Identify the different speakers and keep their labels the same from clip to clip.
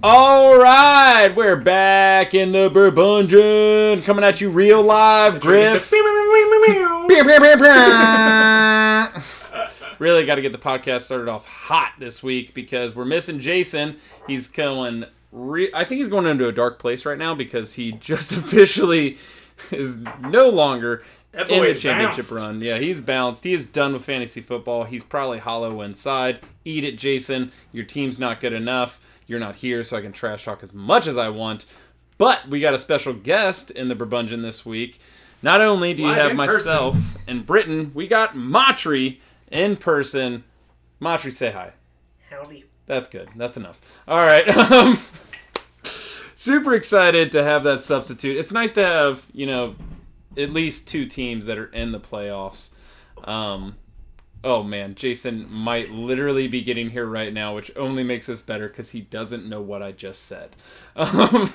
Speaker 1: All right, we're back in the Burbungeon, coming at you real live, Griff. really got to get the podcast started off hot this week because we're missing Jason. He's going. Re- I think he's going into a dark place right now because he just officially is no longer
Speaker 2: That boy
Speaker 1: in the
Speaker 2: is
Speaker 1: championship
Speaker 2: bounced.
Speaker 1: run. Yeah, he's bounced. He is done with fantasy football. He's probably hollow inside. Eat it, Jason. Your team's not good enough. You're not here, so I can trash talk as much as I want. But we got a special guest in the Burbungeon this week. Not only do you
Speaker 2: Live
Speaker 1: have
Speaker 2: in person.
Speaker 1: myself and Britain, we got Matri in person. Matri, say hi.
Speaker 3: Howdy.
Speaker 1: That's good. That's enough. All right. Um, super excited to have that substitute. It's nice to have, you know, at least two teams that are in the playoffs. Um, oh, man. Jason might literally be getting here right now, which only makes us better because he doesn't know what I just said. Um,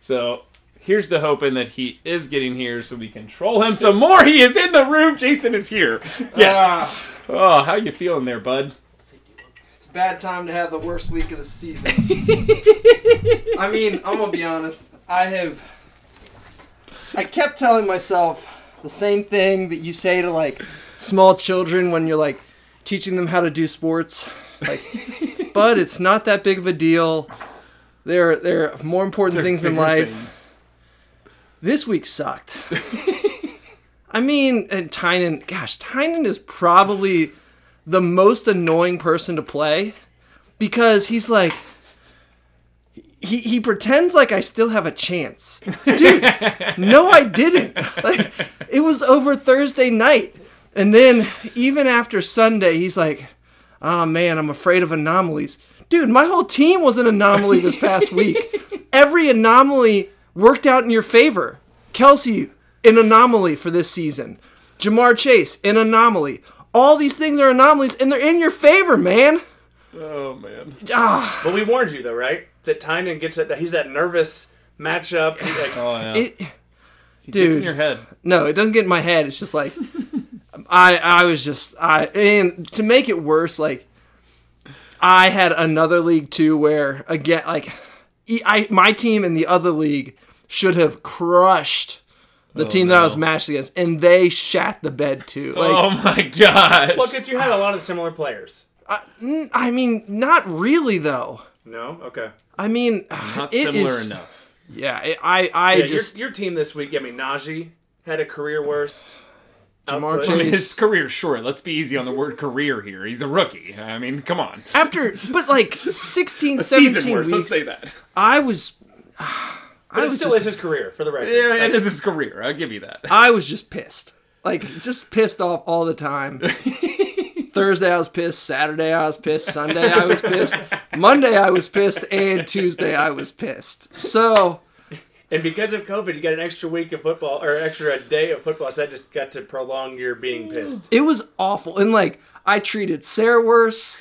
Speaker 1: so. Here's the hoping that he is getting here so we control him some more. He is in the room. Jason is here. Yes.
Speaker 4: Ah,
Speaker 1: Oh, how you feeling there, bud?
Speaker 4: it's a bad time to have the worst week of the season. I mean, I'm gonna be honest. I have. I kept telling myself the same thing that you say to like small children when you're like teaching them how to do sports. Like, but it's not that big of a deal. There, there are more important things in
Speaker 1: bigger
Speaker 4: life.
Speaker 1: things.
Speaker 4: This week sucked. I mean, and Tynan, gosh, Tynan is probably the most annoying person to play because he's like, he, he pretends like I still have a chance. Dude, no, I didn't. Like, it was over Thursday night. And then even after Sunday, he's like, oh man, I'm afraid of anomalies. Dude, my whole team was an anomaly this past week. Every anomaly worked out in your favor. Kelsey, an anomaly for this season. Jamar Chase, an anomaly. All these things are anomalies and they're in your favor, man.
Speaker 1: Oh, man.
Speaker 4: Ah,
Speaker 2: But we warned you though, right? That Tynan gets it. He's that nervous matchup. He's like,
Speaker 1: Oh, yeah.
Speaker 4: it,
Speaker 1: It's in
Speaker 4: dude.
Speaker 1: your head.
Speaker 4: No, it doesn't get in my head. It's just like I I was just I and to make it worse, like I had another league too where again like e- I my team in the other league should have crushed
Speaker 1: Oh,
Speaker 4: the team that I was matched against, and they shat the bed too. Like
Speaker 1: oh my gosh.
Speaker 2: look at you had a lot of similar players.
Speaker 4: n- I mean, not really though.
Speaker 2: No, okay.
Speaker 4: I mean,
Speaker 1: Not
Speaker 4: it
Speaker 1: similar
Speaker 4: is-
Speaker 1: enough.
Speaker 4: Yeah, it, I I
Speaker 2: Yeah,
Speaker 4: just
Speaker 2: your, your team this week. I mean, Najee had a career worst.
Speaker 4: Jamar
Speaker 2: output.
Speaker 4: Chase-
Speaker 1: I mean, his career's short. Let's be easy on the word career here. He's a rookie. I mean, come on.
Speaker 4: after but like 16,
Speaker 1: Season
Speaker 4: 17
Speaker 1: worse. Let's
Speaker 4: weeks,
Speaker 1: say that.
Speaker 4: I was. I
Speaker 2: But it
Speaker 4: was
Speaker 2: still
Speaker 4: just
Speaker 2: is his career for the record.
Speaker 1: Yeah,
Speaker 2: Like,
Speaker 1: it is his career. I'll give you that.
Speaker 4: I was just pissed. Like just pissed off all the time. Thursday I was pissed, Saturday I was pissed, Sunday I was pissed, Monday I was pissed, and Tuesday I was pissed. So
Speaker 2: And because of COVID, you got an extra week of football or an extra day of football. So that just got to prolong your being pissed.
Speaker 4: it was awful. And like I treated Sarah worse.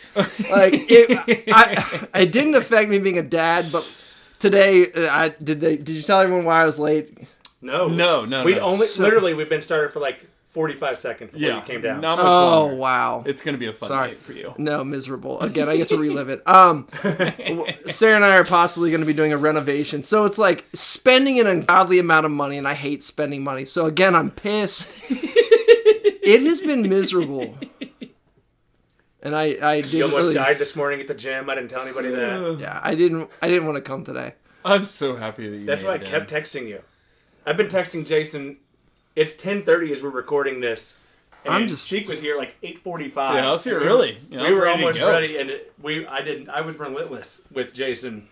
Speaker 4: Like it I it didn't affect me being a dad, but today uh, I did they did you tell everyone why I was late?
Speaker 2: No,
Speaker 1: No, no,
Speaker 2: We
Speaker 1: no.
Speaker 2: only
Speaker 4: So-
Speaker 2: literally we've been started for like forty-five seconds before
Speaker 1: Yeah,
Speaker 2: you came down.
Speaker 1: Not much
Speaker 4: Oh
Speaker 1: longer.
Speaker 4: wow.
Speaker 1: It's gonna be a fun
Speaker 4: Sorry.
Speaker 1: night for you.
Speaker 4: No, miserable. Again, I get to relive it. Um, Sarah and I are possibly going to be doing a renovation, so it's like spending an ungodly amount of money, and I hate spending money. So again, I'm pissed. it has been miserable, and I I
Speaker 2: You
Speaker 4: didn't
Speaker 2: almost
Speaker 4: really,
Speaker 2: died this morning at the gym. I didn't tell anybody that.
Speaker 4: yeah I didn't I didn't want to come today.
Speaker 1: I'm so happy that you.
Speaker 2: That's
Speaker 1: made
Speaker 2: why I
Speaker 1: it
Speaker 2: kept
Speaker 1: in.
Speaker 2: texting you. I've been texting Jason. It's 10:30 as we're recording this. And
Speaker 4: I'm just-
Speaker 2: Sheik was here like 8:45.
Speaker 1: Yeah, I was here
Speaker 2: We were-
Speaker 1: early. Yeah, I
Speaker 2: we
Speaker 1: was
Speaker 2: were
Speaker 1: ready to
Speaker 2: almost
Speaker 1: go.
Speaker 2: ready, and it, we I didn't. I was relentless with Jason.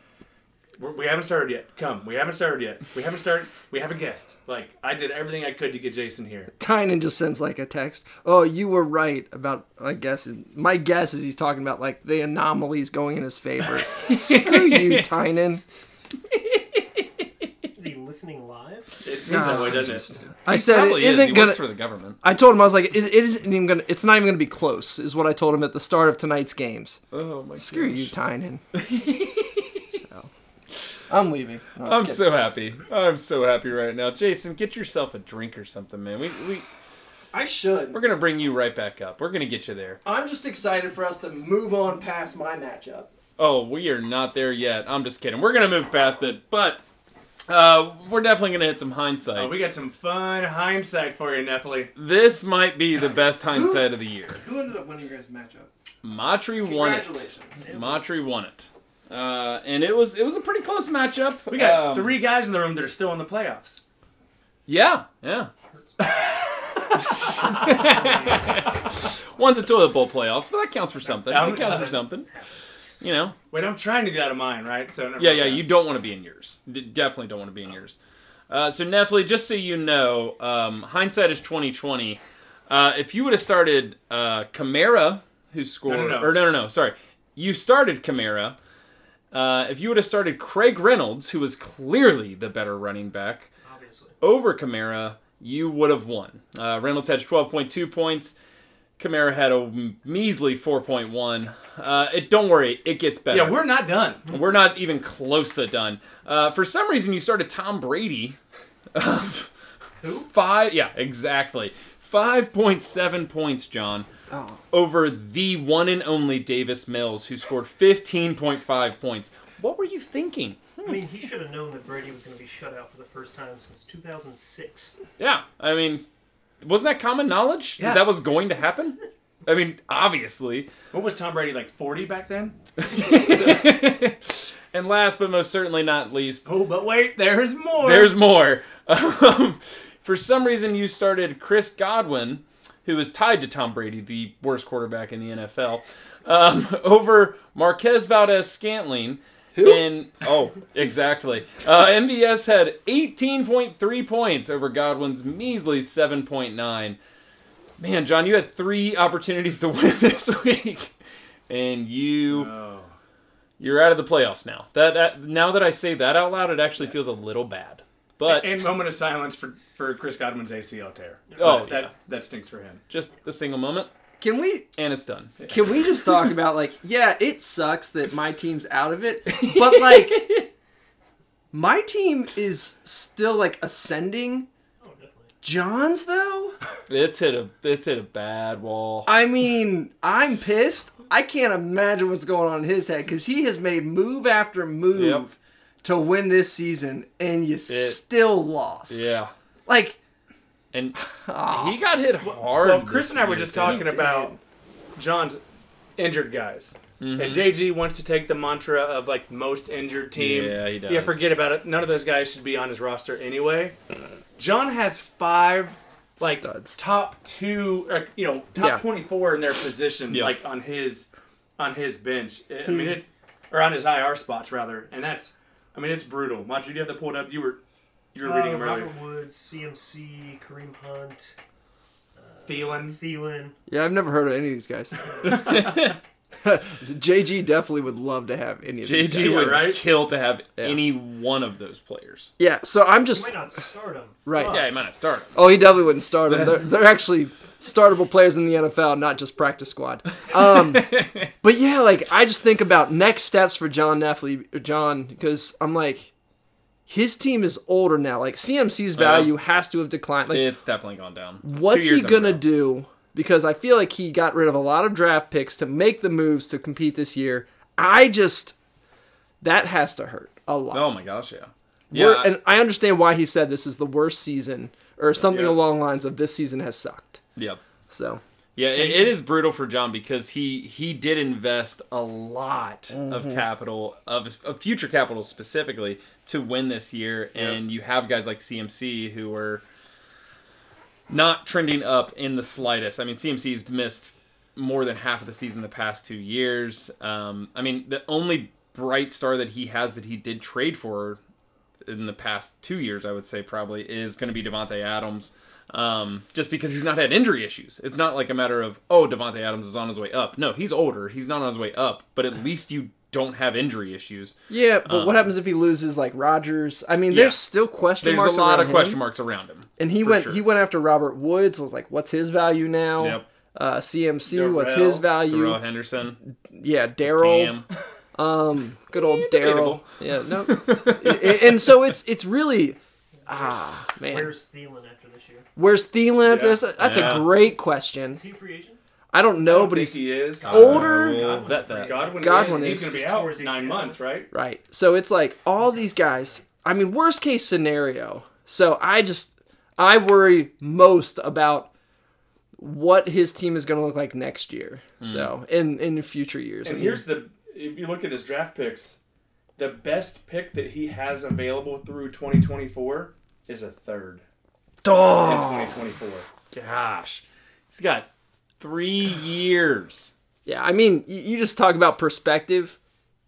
Speaker 2: We're, we haven't started yet. Come, we haven't started yet. We haven't started. We haven't guessed. Like I did everything I could to get Jason here.
Speaker 4: Tynan just sends like a text. Oh, you were right about. I guess my guess is he's talking about like the anomalies going in his favor. Screw you, Tynan.
Speaker 3: Is he listening live?
Speaker 2: It seems that way, doesn't it?
Speaker 4: I said it
Speaker 1: Probably is.
Speaker 4: isn't
Speaker 1: He
Speaker 4: gonna.
Speaker 1: works for the government.
Speaker 4: I told him I was like, it, it isn't even gonna. It's not even gonna be close, is what I told him at the start of tonight's games.
Speaker 1: Oh my.
Speaker 4: Screw you, Tynan. so, I'm leaving. No, I'm
Speaker 1: I'm
Speaker 4: just
Speaker 1: so happy. I'm so happy right now, Jason. Get yourself a drink or something, man. We we
Speaker 4: kidding. I should.
Speaker 1: we're gonna bring you right back up. We're gonna get you there.
Speaker 4: I'm just excited for us to move on past my matchup.
Speaker 1: Oh, we are not there yet. I'm just kidding. We're gonna move past it, but uh, we're definitely gonna hit some hindsight.
Speaker 2: Oh, we got some fun hindsight for you, Nephilim.
Speaker 1: this might be the best hindsight of the year.
Speaker 4: Who ended up winning your guys' matchup?
Speaker 1: Matri won it.
Speaker 4: Congratulations.
Speaker 1: Matri won it. Uh, and it was it was a pretty close matchup.
Speaker 2: We got
Speaker 1: Um,
Speaker 2: three guys in the room that are still in the playoffs.
Speaker 1: Yeah, yeah. One's a toilet bowl playoffs, but that counts for something. That counts for something. You know.
Speaker 2: Wait, I'm trying to get out of mine, right? So never
Speaker 1: Yeah,
Speaker 2: mind.
Speaker 1: yeah. You don't want to be in yours. D- definitely don't want to be in yours. Uh, so Nephilim, just so you know, um, hindsight is twenty twenty. Uh, if you would have started uh, Kamara, who scored,
Speaker 2: no.
Speaker 1: or no, no, no, sorry, you started Kamara. Uh, if you would have started Craig Reynolds, who was clearly the better running back,
Speaker 3: Obviously.
Speaker 1: over Kamara, you would have won. Uh, Reynolds had 12.2 points. Kamara had a measly 4.1. Uh, it don't worry, it gets better.
Speaker 2: yeah, we're not done.
Speaker 1: we're, not even close to done. Uh, for some reason, you started Tom Brady. Who? Five. Yeah, exactly. 5.7 points, John,
Speaker 4: Oh.
Speaker 1: over the one and only Davis Mills, who scored 15.5 points. What were you thinking?
Speaker 3: I mean, he should have known that Brady was going to be shut out for the first time since 2006.
Speaker 1: Yeah, I mean, wasn't that common knowledge
Speaker 2: Yeah.
Speaker 1: that that was going to happen? I mean, obviously.
Speaker 2: What was Tom Brady like 40 back then?
Speaker 1: and last but most certainly not least,
Speaker 2: Oh, but wait, there's more.
Speaker 1: there's more. Um, for some reason, you started Chris Godwin, who is tied to Tom Brady, the worst quarterback in the NFL, um, over Marquez Valdez Scantling. Who? And oh, exactly. Uh, MVS had 18.3 points over Godwin's measly 7.9. Man, John, you had three opportunities to win this week, and you
Speaker 2: Oh.
Speaker 1: you're out of the playoffs now. That, that now that I say that out loud, it actually feels a little bad. But
Speaker 2: And moment of silence for, for Chris Godwin's ACL tear.
Speaker 1: Oh,
Speaker 2: that,
Speaker 1: yeah.
Speaker 2: that stinks for him.
Speaker 1: just the single moment,
Speaker 4: Can we
Speaker 1: and it's done.
Speaker 4: can we just talk about like yeah, it sucks that my team's out of it, but like my team is still like ascending.
Speaker 3: Oh, definitely.
Speaker 4: John's though?
Speaker 1: It's hit a it's hit a bad wall.
Speaker 4: I mean, I'm pissed. I can't imagine what's going on in his head because he has made move after move to win this season, and you still lost.
Speaker 1: Yeah,
Speaker 4: Like,
Speaker 1: and
Speaker 4: aw.
Speaker 1: he got hit hard.
Speaker 2: Ah. Well, Chris
Speaker 1: this
Speaker 2: and I were just
Speaker 1: week,
Speaker 2: talking
Speaker 1: didn't
Speaker 2: about John's injured guys.
Speaker 1: Mm-hmm.
Speaker 2: And JG wants to take the mantra of like most injured team.
Speaker 1: Yeah, he
Speaker 2: Yeah,
Speaker 1: does.
Speaker 2: forget about it. None of those guys should be on his roster anyway. John has five like
Speaker 4: Studs.
Speaker 2: top two, or, you know, top
Speaker 4: Yeah.
Speaker 2: twenty-four in their position,
Speaker 1: Yeah.
Speaker 2: like on his on his bench. I I mean, it or on his IR spots rather, and that's. I mean, it's brutal. Macho, you have to pull it up. You were you were reading
Speaker 3: Uh,
Speaker 2: him earlier.
Speaker 3: Robert Woods, CMC, Kareem Hunt,
Speaker 2: Thielen.
Speaker 3: Thielen.
Speaker 4: yeah, I've never heard of any of these guys. JG definitely would love to have any of these
Speaker 1: JG
Speaker 4: guys.
Speaker 1: would
Speaker 2: right?
Speaker 1: kill to have
Speaker 4: Yeah.
Speaker 1: any one of those players.
Speaker 4: Yeah, so I'm
Speaker 3: You
Speaker 4: just.
Speaker 3: might not start him.
Speaker 4: Right.
Speaker 3: but
Speaker 1: Yeah, he might not start. him.
Speaker 4: Oh, he definitely wouldn't start them. They're, they're actually startable players in the NFL, not just practice squad. Um, but yeah, like I just think about next steps for John Neffley, John, because I'm like, his team is older now. Like CMC's value has to have declined. Like,
Speaker 1: It's definitely gone down.
Speaker 4: what's
Speaker 1: Two years
Speaker 4: he
Speaker 1: in a
Speaker 4: gonna
Speaker 1: row.
Speaker 4: do? Because I feel like he got rid of a lot of draft picks to make the moves to compete this year. I just that has to hurt a lot.
Speaker 1: Oh my gosh, yeah.
Speaker 4: We're-
Speaker 1: Yeah,
Speaker 4: and I understand why he said this is the worst season or something
Speaker 2: Yeah.
Speaker 4: along the lines of this season has sucked.
Speaker 1: yeah.
Speaker 4: So
Speaker 1: Yeah, it, it is brutal for John because he he did invest a lot of capital of, of future capital specifically to win this year, and you have guys like CMC who are not trending up in the slightest. I mean, CMC's missed more than half of the season the past two years. Um, I mean, the only bright star that he has that he did trade for in the past two years, I would say probably is going to be Devonte Adams, um, just because he's not had injury issues. It's not like a matter of oh Devonte Adams is on his way up. No, he's older. He's not on his way up, but at least you don't have injury issues.
Speaker 4: yeah, but what happens if he loses like Rodgers? I mean,
Speaker 1: Uh, Yeah.
Speaker 4: there's still question
Speaker 1: There's
Speaker 4: marks.
Speaker 1: a lot
Speaker 4: around
Speaker 1: of question
Speaker 4: him.
Speaker 1: marks around him.
Speaker 4: And he
Speaker 1: for
Speaker 4: went
Speaker 1: sure.
Speaker 4: he went after Robert Woods. Was like, what's his value now?
Speaker 1: Yep.
Speaker 4: Uh, CMC, what's
Speaker 2: Darrell.
Speaker 4: his value?
Speaker 1: Darrell Henderson,
Speaker 4: Yeah, Daryl.
Speaker 1: Cam.
Speaker 4: Um, good old Daryl.
Speaker 1: debatable.
Speaker 4: Yeah, no. A- and so it's it's really ah man.
Speaker 3: Where's Thielen after this year?
Speaker 4: Where's Thielen? after
Speaker 2: Yeah.
Speaker 4: this? That's
Speaker 1: Yeah.
Speaker 4: a great question.
Speaker 3: Is he a free agent?
Speaker 4: I don't know, but
Speaker 2: think
Speaker 4: he's
Speaker 2: he is.
Speaker 4: older.
Speaker 1: I bet Uh, that.
Speaker 2: Godwin,
Speaker 4: Godwin
Speaker 2: is.
Speaker 4: is.
Speaker 2: He's going to be
Speaker 3: Just towards
Speaker 2: out
Speaker 3: each
Speaker 2: nine
Speaker 3: other.
Speaker 2: months, right?
Speaker 4: Right. So it's like all these guys. I mean, worst case scenario. So I just I worry most about what his team is going to look like next year. So in in future years.
Speaker 2: Mm. And
Speaker 4: I mean,
Speaker 2: here's the if you look at his draft picks, the best pick that he has available through 2024 is a third in
Speaker 4: Dog.
Speaker 2: 2024.
Speaker 1: Gosh, he's got three years.
Speaker 4: Yeah, I mean, you, you just talk about perspective.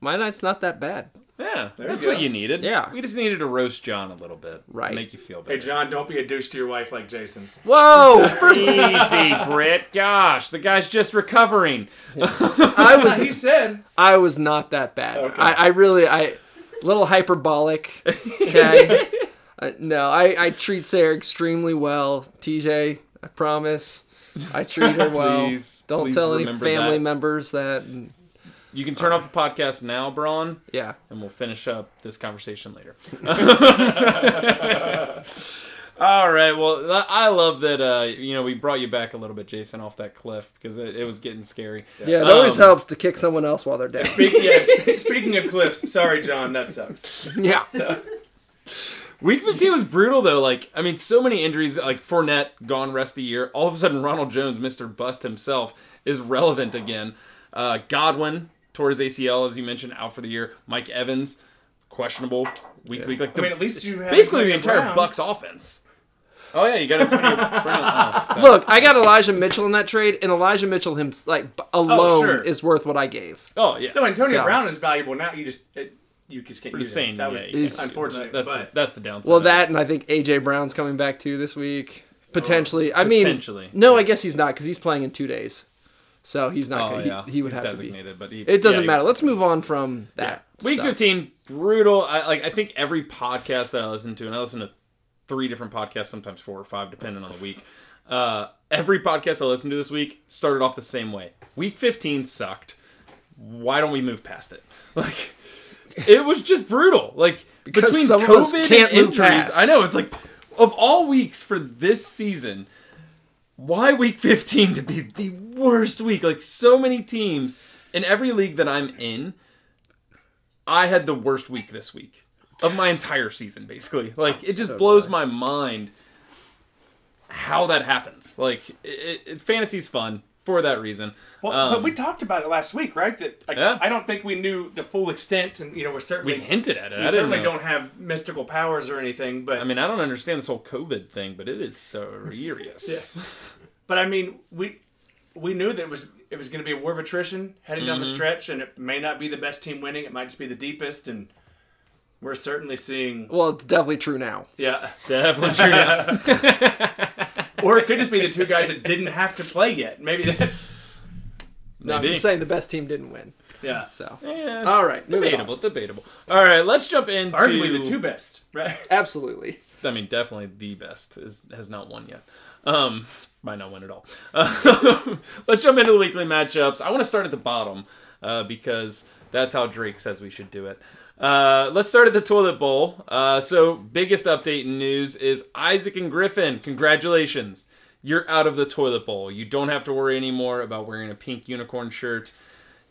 Speaker 4: My night's not that bad.
Speaker 1: Yeah,
Speaker 2: There you
Speaker 1: that's
Speaker 2: go.
Speaker 1: what you needed.
Speaker 4: Yeah.
Speaker 1: we just needed to roast John a little bit,
Speaker 4: Right.
Speaker 1: Make you feel better.
Speaker 2: Hey John, don't be a douche to your wife like Jason.
Speaker 4: Whoa! First,
Speaker 1: Easy, Brit. Gosh, the guy's just recovering.
Speaker 4: I was
Speaker 2: he said
Speaker 4: I was not that bad.
Speaker 2: Okay.
Speaker 4: I, I really, I little hyperbolic. Okay. Uh, no, I, I treat Sarah extremely well. TJ, I promise. I treat her well.
Speaker 1: Please,
Speaker 4: Don't
Speaker 1: please
Speaker 4: tell any
Speaker 1: remember
Speaker 4: family
Speaker 1: that.
Speaker 4: members that. and-
Speaker 1: You can turn off the podcast now, Braun,
Speaker 4: Yeah.
Speaker 1: and we'll finish up this conversation later. All right. Well, I- I love that. Uh, you know, we brought you back a little bit, Jason, off that cliff because it, it was getting scary.
Speaker 4: Yeah, it
Speaker 1: Um,
Speaker 4: always helps to kick someone else while they're down.
Speaker 2: Speak, yeah, sp- speaking of cliffs, sorry John, that sucks.
Speaker 4: yeah.
Speaker 1: Week 15 was brutal, though. Like, I mean, so many injuries. Like, Fournette gone rest of the year. All of a sudden, Ronald Jones, Mr. Bust himself, is relevant again. Uh, Godwin tore his ACL, as you mentioned, out for the year. Mike Evans, questionable week to week. Like,
Speaker 2: I
Speaker 1: the,
Speaker 2: mean, at least you have
Speaker 1: basically the entire
Speaker 2: Brown.
Speaker 1: Bucks offense. Oh, yeah, you got Antonio Brown. Oh,
Speaker 4: Look, I got Elijah Mitchell in that trade, and Elijah Mitchell him like b- alone
Speaker 2: sure.
Speaker 4: is worth what I gave.
Speaker 1: oh, yeah.
Speaker 2: No, Antonio
Speaker 4: So-
Speaker 2: Brown is valuable now. You just it, you just can't
Speaker 1: We're
Speaker 2: use
Speaker 1: just
Speaker 2: him.
Speaker 1: saying,
Speaker 2: That
Speaker 1: yeah,
Speaker 2: was
Speaker 1: you can't-
Speaker 2: unfortunate.
Speaker 1: That's, the,
Speaker 2: but
Speaker 1: that's the downside.
Speaker 4: Well,
Speaker 1: of it.
Speaker 4: that and I think AJ Brown's coming back too this week potentially. I mean,
Speaker 1: Oh, Potentially,
Speaker 4: No, I
Speaker 1: yes.
Speaker 4: guess he's not because he's playing in two days, so he's not.
Speaker 1: Oh,
Speaker 4: gonna,
Speaker 1: yeah.
Speaker 4: he, he would
Speaker 1: He's
Speaker 4: have to be.
Speaker 1: designated, but he-
Speaker 4: It doesn't
Speaker 1: yeah, he-
Speaker 4: matter. Let's move on from that.
Speaker 1: Week
Speaker 4: stuff.
Speaker 1: 15, brutal. I like I think every podcast that I listen to, and I listen to three different podcasts, sometimes four or five, depending on the week. Uh, every podcast I listened to this week started off the same way. Week 15 sucked. Why don't we move past it? Like it was just brutal. Like
Speaker 4: Because
Speaker 1: between
Speaker 4: some of
Speaker 1: COVID
Speaker 4: us can't
Speaker 1: and
Speaker 4: move
Speaker 1: injuries,
Speaker 4: past.
Speaker 1: I know it's like of all weeks for this season, why week 15 to be the worst week? Like so many teams in every league that I'm in, I had the worst week this week of my entire season, basically. Like it just blows my mind how that happens. Like it, it, fantasy's fun for that reason.
Speaker 2: Well, but we talked about it last week, right? That like,
Speaker 1: Um, Yeah.
Speaker 2: I don't think we knew the full extent, and you know, we're
Speaker 1: We
Speaker 2: certainly
Speaker 1: hinted at it.
Speaker 2: we
Speaker 1: I didn't
Speaker 2: certainly
Speaker 1: know.
Speaker 2: don't have mystical powers or anything. But
Speaker 1: I mean, I don't understand this whole COVID thing, but it is serious.
Speaker 2: but I mean, we we knew that it was it was going to be a war of attrition heading down the
Speaker 1: Mm-hmm.
Speaker 2: stretch, and it may not be the best team winning. It might just be the deepest, and we're certainly seeing
Speaker 4: Well, it's definitely true now.
Speaker 2: yeah.
Speaker 1: Definitely true. now.
Speaker 2: Or it could just be the two guys that didn't have to play yet. Maybe that's
Speaker 4: No, I'm
Speaker 1: Maybe.
Speaker 4: just saying the best team didn't win.
Speaker 2: yeah.
Speaker 4: So
Speaker 1: Yeah,
Speaker 4: all right, moving on.
Speaker 1: debatable, debatable. All right, let's jump into.
Speaker 2: Arguably the two best, right?
Speaker 4: Absolutely.
Speaker 1: I mean, definitely the best is has not won yet. Um, might not win at all. Uh, let's jump into the weekly matchups. I want to start at the bottom uh, because that's how Drake says we should do it. Uh, let's start at the toilet bowl. Uh, so, biggest update in news is Isaac and Griffin. Congratulations, you're out of the toilet bowl. You don't have to worry anymore about wearing a pink unicorn shirt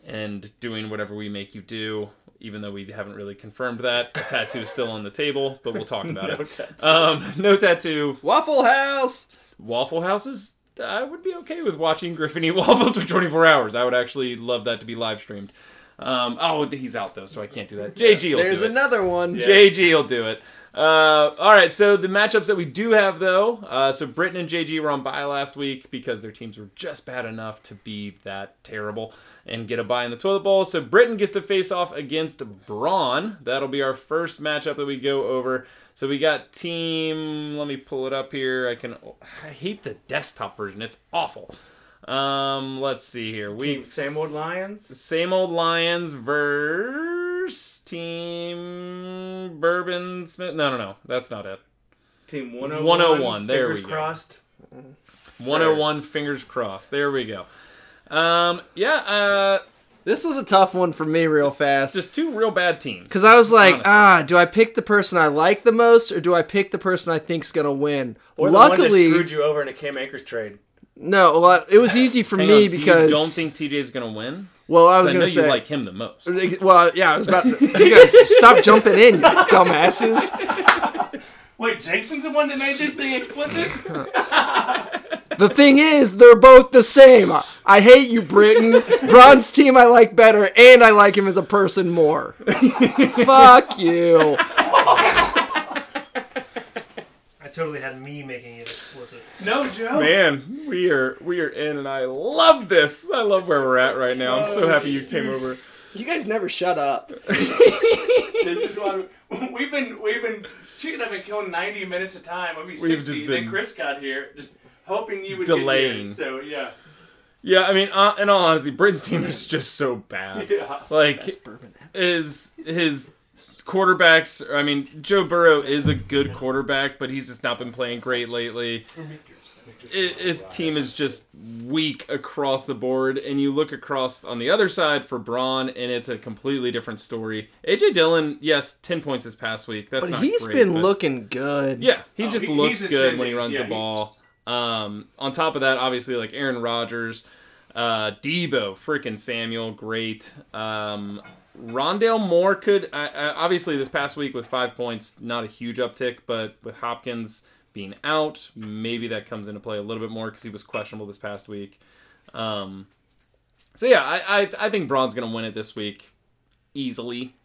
Speaker 1: and doing whatever we make you do. Even though we haven't really confirmed that, the tattoo is still on the table, but we'll talk about it. Um, no tattoo.
Speaker 4: Waffle House.
Speaker 1: Waffle houses. I would be okay with watching Griffin eat waffles for 24 hours. I would actually love that to be live streamed. Um, oh, he's out though, so I can't do that. JG will
Speaker 4: There's
Speaker 1: do it.
Speaker 4: another one.
Speaker 1: JG will do it. Uh, all right, so the matchups that we do have though, uh, so Britain and JG were on bye last week because their teams were just bad enough to be that terrible and get a bye in the toilet bowl. So Britain gets to face off against Braun. That'll be our first matchup that we go over. So we got team. Let me pull it up here. I can. I hate the desktop version. It's awful. Um, let's see here. We
Speaker 2: Same old Lions.
Speaker 1: same old Lions verse team Bourbon Smith. No, no, no. That's not it.
Speaker 2: Team 101.
Speaker 1: 101, there
Speaker 2: fingers
Speaker 1: we go.
Speaker 2: crossed.
Speaker 1: 101 fingers crossed. There we go. Um, yeah, uh,
Speaker 4: This was a tough one for me, real fast.
Speaker 1: just two real bad teams.
Speaker 4: Because I was like,
Speaker 1: Honestly.
Speaker 4: ah, do I pick the person I like the most, or do I pick the person I think's gonna win?
Speaker 2: Or the one that
Speaker 4: Luckily,
Speaker 2: screwed you over in a Cam Akers trade.
Speaker 4: No, well, it was easy for
Speaker 1: Hang
Speaker 4: me
Speaker 1: on, so
Speaker 4: because
Speaker 1: you don't think TJ's gonna win?
Speaker 4: well, I
Speaker 1: I,
Speaker 4: was
Speaker 1: know
Speaker 4: gonna say
Speaker 1: you like him the most.
Speaker 4: well, yeah, I was about to, you guys stop jumping in, you dumbasses.
Speaker 2: Wait, Jason's the one that made this thing explicit?
Speaker 4: The thing is, they're both the same. I hate you, Britain. Bronze team I like better, and I like him as a person more. Fuck you.
Speaker 3: I totally had me making it explicit.
Speaker 2: no, Joe.
Speaker 1: Man, we are we are in, and I love this. I love where we're at right now. I'm so happy you came over.
Speaker 4: You guys never shut up.
Speaker 2: This is why we- we've been we've been she and I've been killing ninety minutes of time. I mean
Speaker 1: just
Speaker 2: sixty.
Speaker 1: been
Speaker 2: Then Chris got here, just hoping you would
Speaker 1: delaying.
Speaker 2: Get here. So yeah,
Speaker 1: Yeah, I mean, uh, in all honesty, Britain's team is just so bad.
Speaker 2: yeah.
Speaker 1: Like is his quarterbacks. I mean, Joe Burrow is a good quarterback, but he's just not been playing great lately. I- His team is just weak across the board, and you look across on the other side for Braun, and it's a completely different story. AJ Dillon, yes, ten points this past week. That's
Speaker 4: But
Speaker 1: not
Speaker 4: he's
Speaker 1: great,
Speaker 4: been
Speaker 1: but-
Speaker 4: looking good.
Speaker 1: Yeah, he
Speaker 2: Oh,
Speaker 1: just
Speaker 2: he-
Speaker 1: looks
Speaker 2: he's
Speaker 1: good when he
Speaker 2: ascending.
Speaker 1: runs
Speaker 2: Yeah,
Speaker 1: the
Speaker 2: he-
Speaker 1: ball. Um, on top of that, obviously, like Aaron Rodgers, uh, Debo, freaking Samuel, great. Um, Rondale Moore could, I, I, obviously, this past week with five points, not a huge uptick, but with Hopkins being out, maybe that comes into play a little bit more because he was questionable this past week. Um, so, yeah, I, I, I think Braun's going to win it this week easily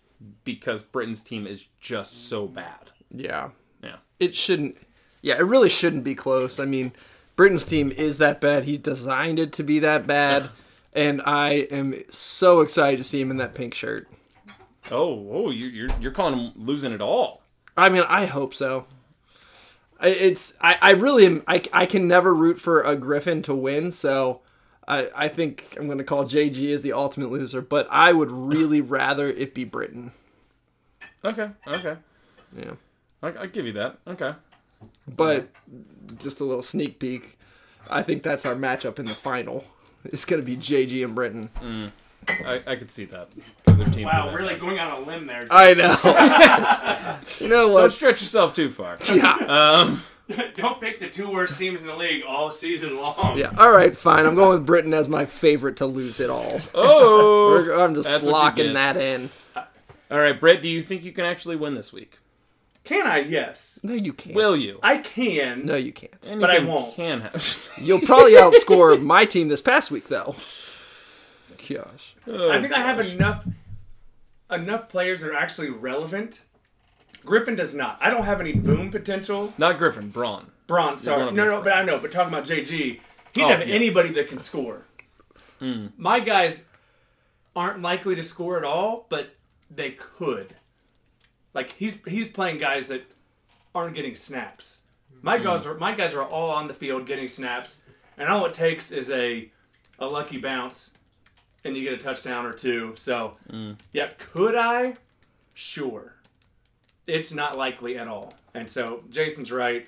Speaker 1: because Britain's team is just so bad.
Speaker 4: Yeah.
Speaker 1: Yeah.
Speaker 4: It shouldn't. Yeah, it really shouldn't be close. I mean, Britain's team is that bad. He designed it to be that bad. And I am so excited to see him in that pink shirt.
Speaker 1: Oh, oh, you, you're you're calling him losing it all.
Speaker 4: I mean, I hope so. I- It's I, I really am I, I can never root for a Griffin to win, so I, I think I'm gonna call JG as the ultimate loser, but I would really rather it be Britain.
Speaker 1: Okay, okay,
Speaker 4: Yeah.
Speaker 1: I, I give you that. Okay,
Speaker 4: But just a little sneak peek, I think that's our matchup in the final. It's gonna be JG and Britain.
Speaker 1: I, I could see that because their teams. are
Speaker 2: Wow,
Speaker 1: that
Speaker 2: really
Speaker 1: bad.
Speaker 2: going on a limb there.
Speaker 4: I know. you know
Speaker 1: Don't
Speaker 4: what?
Speaker 1: stretch yourself too far.
Speaker 4: Yeah.
Speaker 1: Um,
Speaker 2: Don't pick the two worst teams in the league all season long.
Speaker 4: Yeah. All right. Fine. I'm going with Britain as my favorite to lose it all.
Speaker 1: oh,
Speaker 4: We're- I'm just
Speaker 1: That's what you
Speaker 4: locking
Speaker 1: did.
Speaker 4: that in.
Speaker 1: all right, Brett. Do you think you can actually win this week?
Speaker 2: Can I? Yes,
Speaker 4: No, you can't.
Speaker 1: Will you?
Speaker 2: I can.
Speaker 4: No, you can't.
Speaker 2: but I
Speaker 1: Anything
Speaker 2: won't.
Speaker 1: Can have.
Speaker 4: You'll probably outscore my team this past week, though. Gosh.
Speaker 2: I think I have enough enough players that are actually relevant. Griffin does not. I don't have any boom potential.
Speaker 1: Not Griffin, Braun.
Speaker 2: Braun, sorry.
Speaker 1: one
Speaker 2: No,
Speaker 1: of
Speaker 2: no,
Speaker 1: them's
Speaker 2: but I know. But talking about JG,
Speaker 1: Oh,
Speaker 2: he doesn't have
Speaker 1: yes. Hmm.
Speaker 2: anybody that can score. My guys aren't likely to score at all, but they could. Like he's he's playing guys that aren't getting snaps. My
Speaker 1: Hmm.
Speaker 2: guys are my guys are all on the field getting snaps, and all it takes is a a lucky bounce, and you get a touchdown or two. So
Speaker 1: Hmm.
Speaker 2: yeah, could I? Sure. It's not likely at all. And so Jason's right.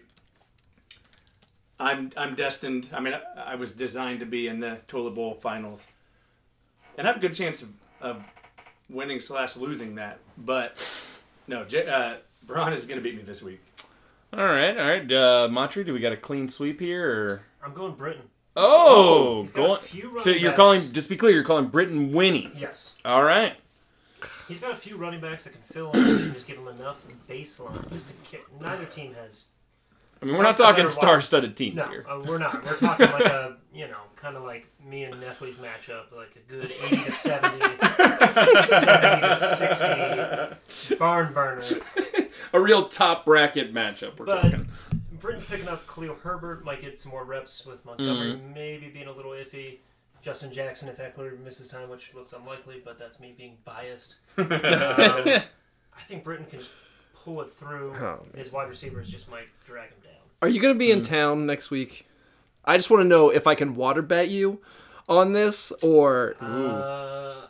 Speaker 2: I'm I'm destined. I mean, I, I was designed to be in the toilet bowl finals, and I have a good chance of, of winning slash losing that. But no, J, uh, Braun is going to beat me this week.
Speaker 1: All right, all right. Uh, Matri, do we got a clean sweep here? Or...
Speaker 3: I'm going Britain.
Speaker 1: Oh,
Speaker 3: he's got a
Speaker 1: going.
Speaker 3: few
Speaker 1: So
Speaker 3: running
Speaker 1: you're
Speaker 3: backs.
Speaker 1: calling? Just be clear. You're calling Britain winning.
Speaker 3: Yes.
Speaker 1: All right.
Speaker 3: He's got a few running backs that can fill in and just give him enough baseline just to kick. Neither team has.
Speaker 1: I mean, we're
Speaker 3: That's
Speaker 1: not
Speaker 3: the
Speaker 1: talking
Speaker 3: better one.
Speaker 1: star-studded teams
Speaker 3: No,
Speaker 1: here.
Speaker 3: uh, we're not. We're talking like a, you know, kind of like me and Nefley's matchup, like a good 80 to 70, 70 to 60, barn burner.
Speaker 1: A real top bracket matchup. We're
Speaker 3: But-
Speaker 1: talking.
Speaker 3: Britain's picking up Khalil Herbert, might get some more reps with Montgomery, maybe being a little iffy. Justin Jackson, if Eckler misses time, which looks unlikely, but that's me being biased. Um, I think Britain can pull it through.
Speaker 4: Oh,
Speaker 3: His wide receivers just might drag him down.
Speaker 4: Are you going to
Speaker 1: Hmm.
Speaker 4: be in town next week? I just want to know if I can water bet you on this or.
Speaker 3: Uh,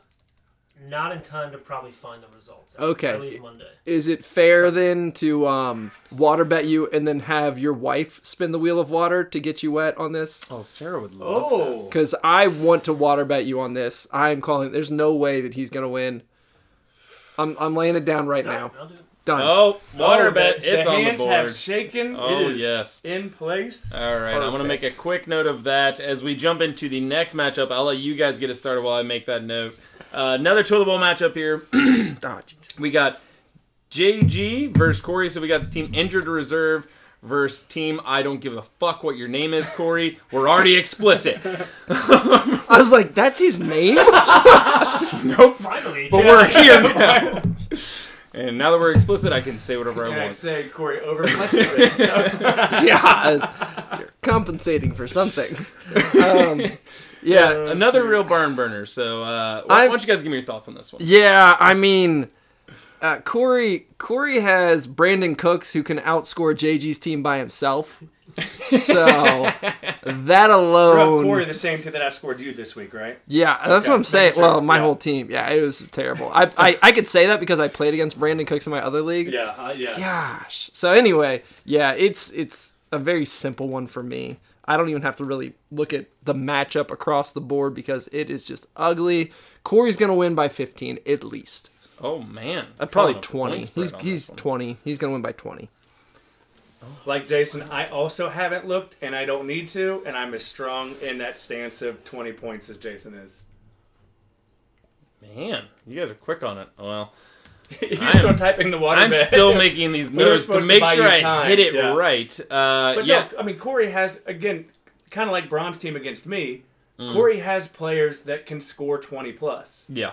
Speaker 3: not in time to probably find the results. I-
Speaker 4: Okay.
Speaker 3: I leave Monday.
Speaker 4: Is it fair then to um, water bet you and then have your wife spin the wheel of water to get you wet on this?
Speaker 1: Oh, Sarah would love.
Speaker 2: Oh,
Speaker 4: Because I want to water bet you on this. I'm calling. There's no way that he's going to win. I'm, I'm laying it down right now.
Speaker 3: I'll do it.
Speaker 4: Done.
Speaker 1: Oh, water
Speaker 2: Oh,
Speaker 1: bet.
Speaker 2: the-
Speaker 1: It's
Speaker 2: the
Speaker 1: on the
Speaker 2: hands
Speaker 1: board.
Speaker 2: have shaken.
Speaker 1: Oh,
Speaker 2: it is
Speaker 1: yes.
Speaker 2: in place.
Speaker 1: All right, I'm going to make a quick note of that as we jump into the next matchup. I'll let you guys get it started while I make that note. Uh, another toilet bowl matchup here.
Speaker 4: Ah, jeez.
Speaker 1: We got JG versus Corey. So we got the team injured reserve versus team I don't give a fuck what your name is, Corey. We're already explicit.
Speaker 4: I was like, that's his name?
Speaker 1: nope.
Speaker 3: Finally,
Speaker 1: But
Speaker 3: yeah.
Speaker 1: we're here now. and now that we're explicit, I can say whatever I
Speaker 2: And I
Speaker 1: want.
Speaker 2: say Corey overflexed it.
Speaker 4: yeah. You're compensating for something. Um, yeah.
Speaker 1: Another real barn burner. So uh, why, why don't you guys give me your thoughts on this one?
Speaker 4: Yeah, I mean, uh, Corey Corey has Brandon Cooks who can outscore JG's team by himself. So that
Speaker 2: Bro, Corey,
Speaker 4: alone,
Speaker 2: the same thing that I scored you this week, right?
Speaker 4: yeah, that's
Speaker 2: Yeah,
Speaker 4: what I'm saying.
Speaker 2: sure,
Speaker 4: Well, my
Speaker 2: yeah.
Speaker 4: whole team, yeah, it was terrible. I, I I could say that because I played against Brandon Cooks in my other league.
Speaker 2: Yeah, uh, yeah.
Speaker 4: Gosh. So anyway, yeah, it's it's a very simple one for me. I don't even have to really look at the matchup across the board because it is just ugly. Corey's gonna win by 15 at least.
Speaker 1: Oh man,
Speaker 4: Uh, probably
Speaker 1: Pulling a
Speaker 4: 20.
Speaker 1: point spread
Speaker 4: He's
Speaker 1: on
Speaker 4: he's
Speaker 1: this one.
Speaker 4: 20. He's gonna win by 20.
Speaker 2: Like Jason, I also haven't looked, and I don't need to, and I'm as strong in that stance of 20 points as Jason is.
Speaker 1: man. You guys are quick on it. Well,
Speaker 2: you
Speaker 1: I'm-
Speaker 2: still typing the water
Speaker 1: I'm
Speaker 2: bed.
Speaker 1: still making these
Speaker 2: were
Speaker 1: notes to
Speaker 2: supposed to
Speaker 1: make
Speaker 2: buy
Speaker 1: sure
Speaker 2: you
Speaker 1: I
Speaker 2: time,
Speaker 1: hit it
Speaker 2: yeah.
Speaker 1: right. Uh,
Speaker 2: But
Speaker 1: yeah,
Speaker 2: no, I mean Corey has again, kind of like Braun's team against me.
Speaker 1: Mm.
Speaker 2: Corey has players that can score 20 plus.
Speaker 1: yeah.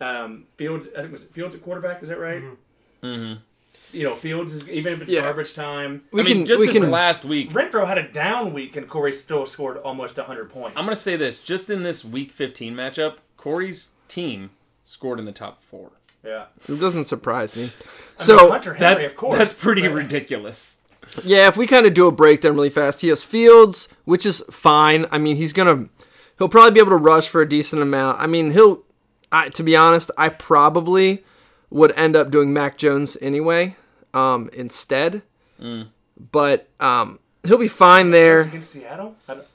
Speaker 2: Um, Fields, I think was it Fields at quarterback. Is that right? Mm-hmm. You know, Fields is even if it's
Speaker 4: Yeah.
Speaker 2: garbage time.
Speaker 4: We
Speaker 1: I mean,
Speaker 4: can
Speaker 1: just
Speaker 4: we
Speaker 1: this
Speaker 4: can
Speaker 1: last week,
Speaker 2: Renfro had a down week, and Corey still scored almost 100 points.
Speaker 1: I'm gonna say this: just in this Week 15 matchup, Corey's team scored in the top four.
Speaker 2: yeah.
Speaker 4: it doesn't surprise me.
Speaker 2: So
Speaker 4: So
Speaker 2: Hunter Henry,
Speaker 1: That's
Speaker 2: of course.
Speaker 1: that's pretty
Speaker 2: but-
Speaker 1: ridiculous.
Speaker 4: yeah, if we kind of do a breakdown really fast, he has Fields, which is fine. I mean, he's gonna he'll probably be able to rush for a decent amount. I mean, he'll I, to be honest, I probably would end up doing Mac Jones anyway um, instead.
Speaker 1: Mm.
Speaker 4: But um, he'll be fine there.
Speaker 2: against Seattle. I don't-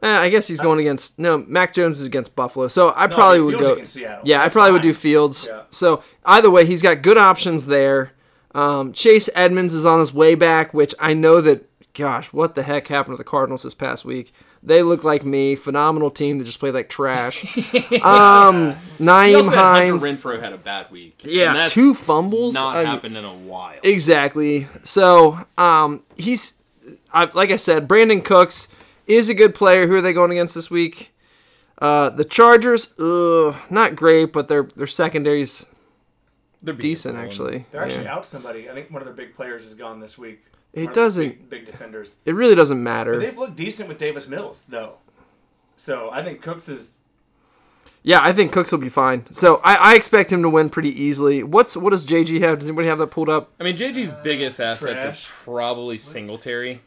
Speaker 4: Eh, I guess
Speaker 1: Uh,
Speaker 4: he's going against no Mac Jones is against Buffalo, so I probably would
Speaker 2: Fields
Speaker 4: go.
Speaker 2: against Seattle.
Speaker 4: Yeah, I
Speaker 2: That's
Speaker 4: probably would
Speaker 2: fine.
Speaker 4: do Fields.
Speaker 2: Yeah.
Speaker 4: So either way, he's got good options there. Um, Chase Edmonds is on his way back, which I know that. Gosh, what the heck happened to the Cardinals this past week? They look like me, phenomenal team that just played like trash. um,
Speaker 1: He
Speaker 4: Naeem
Speaker 1: also had Hunter
Speaker 4: Hines,
Speaker 1: Renfro had a bad week.
Speaker 4: yeah,
Speaker 1: and that's
Speaker 4: two fumbles.
Speaker 1: Not
Speaker 4: I-
Speaker 1: happened in a while.
Speaker 4: Exactly. So, um, he's I, like I said, Brandon Cooks is a good player. Who are they going against this week? Uh, the Chargers, ugh, not great, but their their secondary's
Speaker 1: They're beatable.
Speaker 4: decent actually.
Speaker 2: They're actually
Speaker 4: Yeah.
Speaker 2: out somebody. I think one of their big players is gone this week.
Speaker 4: It
Speaker 2: One of their
Speaker 4: doesn't-
Speaker 2: big, big defenders.
Speaker 4: It really doesn't matter.
Speaker 2: They've looked decent with Davis Mills though, so I think Cooks is
Speaker 4: Yeah, I think Cooks will be fine. So I, I expect him to win pretty easily. What's what does JG have? Does anybody have that pulled up?
Speaker 1: I mean, JG's biggest assets
Speaker 2: trash.
Speaker 1: are probably Singletary.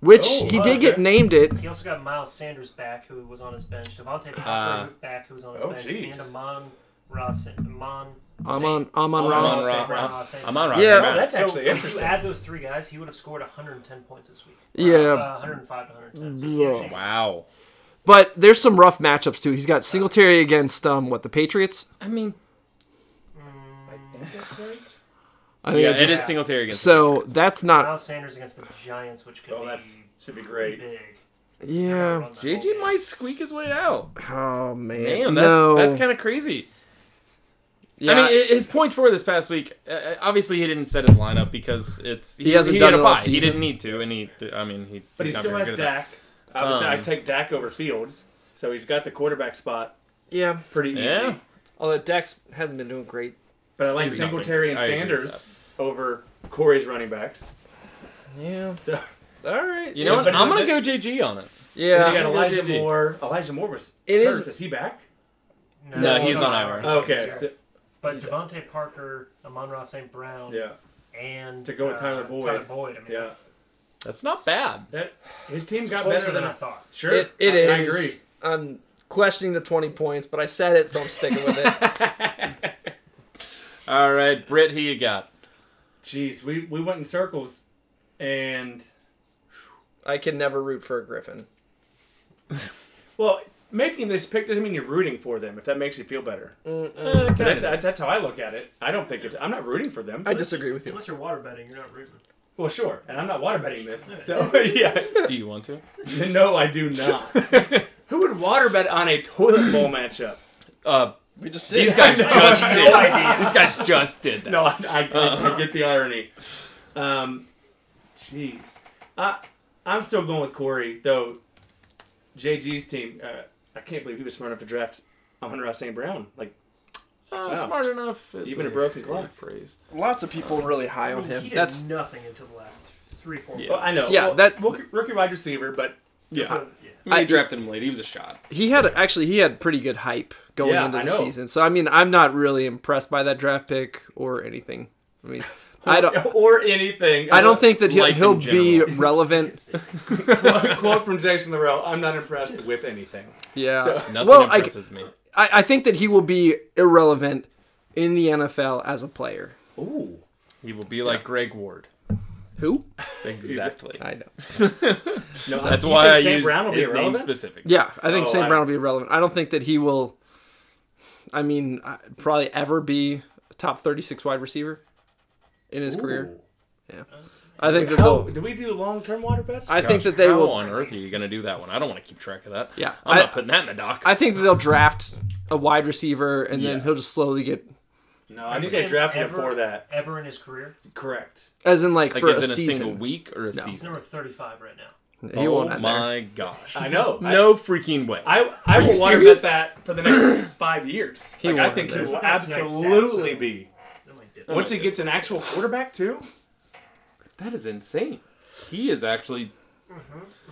Speaker 4: Which
Speaker 3: Oh,
Speaker 4: he
Speaker 3: uh,
Speaker 4: did get
Speaker 3: yeah.
Speaker 4: named it.
Speaker 3: He also got Miles Sanders back, who was on his bench. Devontae Parker
Speaker 1: Ah.
Speaker 3: back, who was on his
Speaker 2: Oh,
Speaker 3: bench.
Speaker 2: jeez.
Speaker 3: And Amon Ross. Amon.
Speaker 4: Amon
Speaker 3: Saint-
Speaker 4: Amon
Speaker 1: Amon
Speaker 4: Ra.
Speaker 1: Ra.
Speaker 3: Saint
Speaker 1: Ra-
Speaker 3: Brown, Saint
Speaker 1: Amon Ra.
Speaker 3: Brown.
Speaker 4: Yeah.
Speaker 1: Brown.
Speaker 2: that's
Speaker 3: So
Speaker 2: actually
Speaker 3: if you
Speaker 2: interesting.
Speaker 3: add those three guys, he would have scored 110 points this week.
Speaker 4: Yeah.
Speaker 3: Uh, 105 to 110. So he
Speaker 4: Yeah.
Speaker 3: actually-
Speaker 1: Wow.
Speaker 4: But there's some rough matchups too. He's got Singletary against um what the Patriots.
Speaker 1: I mean,
Speaker 4: I think
Speaker 1: yeah,
Speaker 4: I
Speaker 1: it
Speaker 4: just-
Speaker 1: is Singletary against.
Speaker 4: So that's not.
Speaker 3: Miles Sanders against the Giants, which could
Speaker 2: Oh,
Speaker 3: be
Speaker 2: that's should be great.
Speaker 3: big.
Speaker 4: Yeah.
Speaker 3: Run that whole
Speaker 1: JG
Speaker 3: game.
Speaker 1: might squeak his way out.
Speaker 4: Oh man.
Speaker 1: Damn, that's
Speaker 4: no.
Speaker 1: that's kind of crazy.
Speaker 4: Yeah,
Speaker 1: I mean, i- his points for this past week. Uh, obviously, he didn't set his lineup because it's he,
Speaker 4: hasn't
Speaker 1: he
Speaker 4: done
Speaker 1: had
Speaker 4: it
Speaker 1: a
Speaker 4: all
Speaker 1: bye. He
Speaker 4: season.
Speaker 1: didn't need to, and he. d- I mean, he.
Speaker 2: But he
Speaker 1: he's not
Speaker 2: still
Speaker 1: very
Speaker 2: has
Speaker 1: good at that.
Speaker 2: Dak. Obviously,
Speaker 1: Um,
Speaker 2: I take Dak over Fields, so he's got the quarterback spot
Speaker 4: yeah.
Speaker 2: pretty easy.
Speaker 1: Yeah.
Speaker 4: Although Dex hasn't been doing great.
Speaker 2: But I like
Speaker 1: He's nothing.
Speaker 2: Singletary and
Speaker 1: I agree
Speaker 2: Sanders over Corey's running backs.
Speaker 4: Yeah.
Speaker 2: So
Speaker 4: All right.
Speaker 1: You know what?
Speaker 2: but
Speaker 1: I'm
Speaker 2: no,
Speaker 1: gonna go JG on it.
Speaker 2: yeah, you
Speaker 4: Yeah.
Speaker 2: got
Speaker 1: I'm
Speaker 2: Elijah
Speaker 1: gonna go JG.
Speaker 2: Moore. Elijah Moore was.
Speaker 4: It
Speaker 2: It
Speaker 4: is-
Speaker 2: is. Is he back?
Speaker 1: No, he's on IR.
Speaker 2: Oh, okay.
Speaker 3: Sorry.
Speaker 2: So-
Speaker 3: But Devontae Parker, Amon Ross St. Brown,
Speaker 2: yeah.
Speaker 3: and uh,
Speaker 2: To go with Tyler Boyd.
Speaker 3: Tyler Boyd. I mean,
Speaker 2: Yeah.
Speaker 3: that's
Speaker 1: That's not bad.
Speaker 2: That his team got
Speaker 3: closer
Speaker 2: better
Speaker 3: than
Speaker 2: than
Speaker 3: I
Speaker 2: I
Speaker 3: thought.
Speaker 2: Sure,
Speaker 4: It, it
Speaker 2: I,
Speaker 4: is.
Speaker 2: I agree.
Speaker 4: I'm questioning the 20 points, but I said it, so I'm sticking with it.
Speaker 1: All right, Britt, who you got?
Speaker 2: Jeez, we we went in circles, and
Speaker 4: I can never root for a Griffin.
Speaker 2: well, making this pick doesn't mean you're rooting for them. If that makes you feel better, that's, that's how I look at it. I don't think it's. I'm not rooting for them.
Speaker 5: I disagree with you.
Speaker 3: Unless you're water betting, you're not rooting.
Speaker 2: well, sure, and I'm not water betting this. So yeah,
Speaker 1: Do you want to?
Speaker 2: no, I do not. Who would water bet on a toilet bowl matchup?
Speaker 1: Uh,
Speaker 5: We just did.
Speaker 1: these guys just did.
Speaker 3: No idea.
Speaker 1: These guys just did that.
Speaker 2: No, I, I, I, I get the irony. Um, jeez, I I'm still going with Corey though. JG's team. Uh, I can't believe he was smart enough to draft Hunter Ross St. Brown. Like
Speaker 1: Uh,
Speaker 2: Wow.
Speaker 1: Smart enough. Is
Speaker 2: Even a broken
Speaker 1: silly
Speaker 2: clock.
Speaker 1: phrase.
Speaker 5: Lots of people really high on
Speaker 3: I mean,
Speaker 5: him.
Speaker 3: Oh, he did
Speaker 5: That's
Speaker 3: nothing until the last three, four.
Speaker 1: Yeah.
Speaker 2: well, I know.
Speaker 4: Yeah,
Speaker 2: well,
Speaker 4: that-
Speaker 2: rookie, rookie wide receiver, but
Speaker 1: Yeah.
Speaker 3: So, yeah.
Speaker 1: I, mean,
Speaker 4: I-
Speaker 1: I drafted him late. He was a shot.
Speaker 4: he had actually he had pretty good hype going
Speaker 2: Yeah,
Speaker 4: into
Speaker 2: I
Speaker 4: the
Speaker 2: know.
Speaker 4: season. So I mean, I'm not really impressed by that draft pick or anything. I mean, I don't.
Speaker 2: or anything.
Speaker 4: I don't think that he'll,
Speaker 1: Life in
Speaker 4: he'll be
Speaker 1: general.
Speaker 4: relevant.
Speaker 2: Quote- quote from Jason Lorel, I'm not impressed with anything.
Speaker 4: Yeah.
Speaker 2: So-
Speaker 1: Nothing
Speaker 4: well, I,
Speaker 1: impresses me.
Speaker 4: I I think that he will be irrelevant in the NFL as a player.
Speaker 2: Ooh.
Speaker 1: He will be like Greg Ward.
Speaker 4: Who?
Speaker 1: Exactly.
Speaker 4: I know.
Speaker 2: No,
Speaker 1: That's
Speaker 2: you
Speaker 1: why
Speaker 2: think
Speaker 1: I
Speaker 2: Sam
Speaker 1: use
Speaker 2: Brown will be
Speaker 1: his name
Speaker 2: irrelevant?
Speaker 1: specific.
Speaker 4: Yeah, I think
Speaker 2: Oh,
Speaker 4: St.
Speaker 2: I-
Speaker 4: Brown will be relevant. I don't think that he will. I mean, I- probably ever be a top 36 wide receiver in his career. I think that
Speaker 2: How,
Speaker 4: they'll.
Speaker 2: Oh, do we do long term water bets?
Speaker 4: I think
Speaker 1: Gosh,
Speaker 4: that they
Speaker 1: how
Speaker 4: will.
Speaker 1: on earth are you going to do that one? I don't want to keep track of that.
Speaker 4: Yeah,
Speaker 1: I'm
Speaker 4: I-
Speaker 1: not putting that in the doc.
Speaker 4: I think that they'll draft a wide receiver, and then
Speaker 1: Yeah.
Speaker 4: he'll just slowly get,
Speaker 2: no, I
Speaker 3: you
Speaker 2: just got
Speaker 3: saying
Speaker 2: drafted
Speaker 3: ever?
Speaker 2: before that.
Speaker 3: Ever in his career,
Speaker 2: Correct.
Speaker 4: as in like,
Speaker 1: like,
Speaker 4: for
Speaker 1: is
Speaker 4: a
Speaker 1: it a single
Speaker 4: season.
Speaker 1: week or a
Speaker 3: he's
Speaker 1: season?
Speaker 3: number 35 right now.
Speaker 4: He
Speaker 1: oh
Speaker 4: won't. end there.
Speaker 1: my gosh.
Speaker 2: I know.
Speaker 1: no freaking way.
Speaker 2: I, I, I
Speaker 1: you
Speaker 2: will water
Speaker 1: serious?
Speaker 2: bet that for the next five years.
Speaker 4: He
Speaker 2: Like, I
Speaker 4: won't
Speaker 2: think he
Speaker 4: have
Speaker 2: will
Speaker 3: that. That's nice stats,
Speaker 2: absolutely
Speaker 3: though.
Speaker 2: be.
Speaker 3: No, he didn't.
Speaker 2: Once he
Speaker 1: my
Speaker 2: gets an actual quarterback, too?
Speaker 1: that is insane. He has actually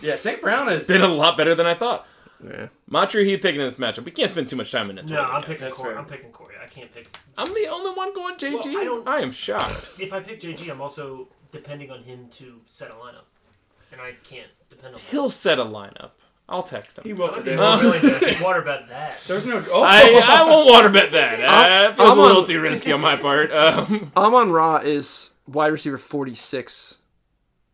Speaker 2: Yeah, St. Brown is.
Speaker 1: been a lot better than I thought.
Speaker 4: Yeah.
Speaker 1: Matri, he picking in this matchup. We can't spend too much time in it.
Speaker 3: No, I'm picking
Speaker 2: That's
Speaker 3: Corey.
Speaker 2: fair.
Speaker 3: I'm picking Corey. I can't pick.
Speaker 1: I'm the only one going JG.
Speaker 3: Well, I don't-
Speaker 1: I am shocked.
Speaker 3: If I pick JG, I'm also depending on him to set a lineup, and I can't depend on.
Speaker 1: He'll set a lineup. I'll text him.
Speaker 2: He will
Speaker 3: I'm
Speaker 2: today.
Speaker 3: not willing to water bet that.
Speaker 2: There's no. Oh,
Speaker 1: I, I won't water bet that. Uh, it feels
Speaker 4: I'm
Speaker 1: a little
Speaker 4: on-
Speaker 1: too risky on my part. Um,
Speaker 4: Amon Ra is wide receiver 46,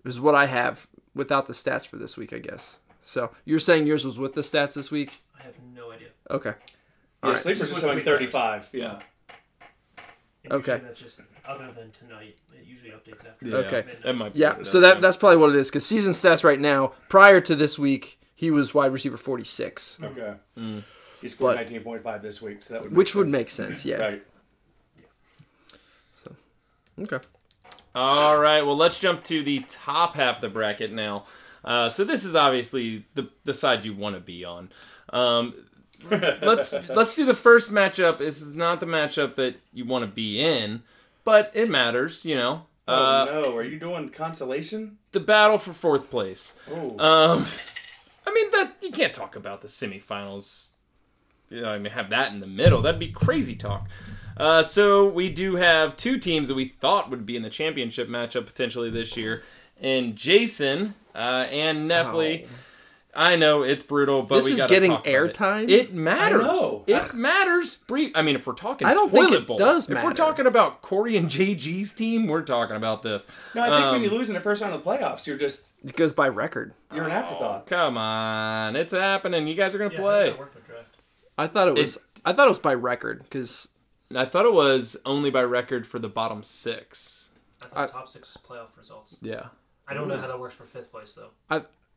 Speaker 4: is what I have without the stats for this week, I guess. So you're saying yours was with the stats this week?
Speaker 3: I have no idea.
Speaker 4: Okay.
Speaker 2: yeah,
Speaker 4: Alright.
Speaker 2: Sleepers
Speaker 3: Just
Speaker 2: is
Speaker 3: with
Speaker 2: showing
Speaker 3: Sleepers.
Speaker 2: 35. Yeah.
Speaker 3: And usually
Speaker 4: Okay.
Speaker 3: That's just other than tonight. It usually updates after.
Speaker 1: yeah,
Speaker 4: Okay.
Speaker 1: That might be
Speaker 4: Yeah,
Speaker 1: better
Speaker 4: so
Speaker 1: than
Speaker 4: that that's probably what it is because season stats right now, prior to this week, he was wide receiver 46,
Speaker 2: Okay. He scored
Speaker 4: Mm. But-
Speaker 2: 19.5 this week, so that would
Speaker 4: which would make sense. Yeah.
Speaker 2: Right.
Speaker 4: Okay.
Speaker 1: All right. Well, let's jump to the top half of the bracket now. Uh, so this is obviously the the side you want to be on. Um, let's let's do the first matchup. This is not the matchup that you want to be in, but it matters, you know. Uh,
Speaker 2: oh no, are you doing consolation?
Speaker 1: The battle for fourth place.
Speaker 2: Oh,
Speaker 1: Um, I mean that you can't talk about the semifinals. You know, I mean, have that in the middle. That'd be crazy talk. Uh, so we do have two teams that we thought would be in the championship matchup potentially this year, and Jason uh, and Nefli. I know it's brutal, but
Speaker 4: Oh. This
Speaker 1: we
Speaker 4: is
Speaker 1: gotta
Speaker 4: getting
Speaker 1: talk about it.
Speaker 4: airtime?
Speaker 1: It matters.
Speaker 2: I know.
Speaker 1: It matters. Bre- I mean, if we're talking,
Speaker 4: I don't think
Speaker 1: toilet
Speaker 4: it
Speaker 1: bowl,
Speaker 4: does
Speaker 1: If we're
Speaker 4: matter.
Speaker 1: talking about Corey and JG's team, we're talking about this.
Speaker 2: no, I think when
Speaker 1: um,
Speaker 2: you lose in the first round of the playoffs, you're just
Speaker 4: It goes by record.
Speaker 2: you're an
Speaker 1: Oh.
Speaker 2: afterthought.
Speaker 1: Come on, it's happening. You guys are gonna
Speaker 3: Yeah, how does
Speaker 1: play.
Speaker 3: that work with draft?
Speaker 4: I thought it was. I thought it was by record because
Speaker 1: I thought it was only by record for the bottom six.
Speaker 3: I thought
Speaker 4: I-
Speaker 3: top six was playoff results.
Speaker 1: Yeah.
Speaker 3: I don't know how that works for fifth place though.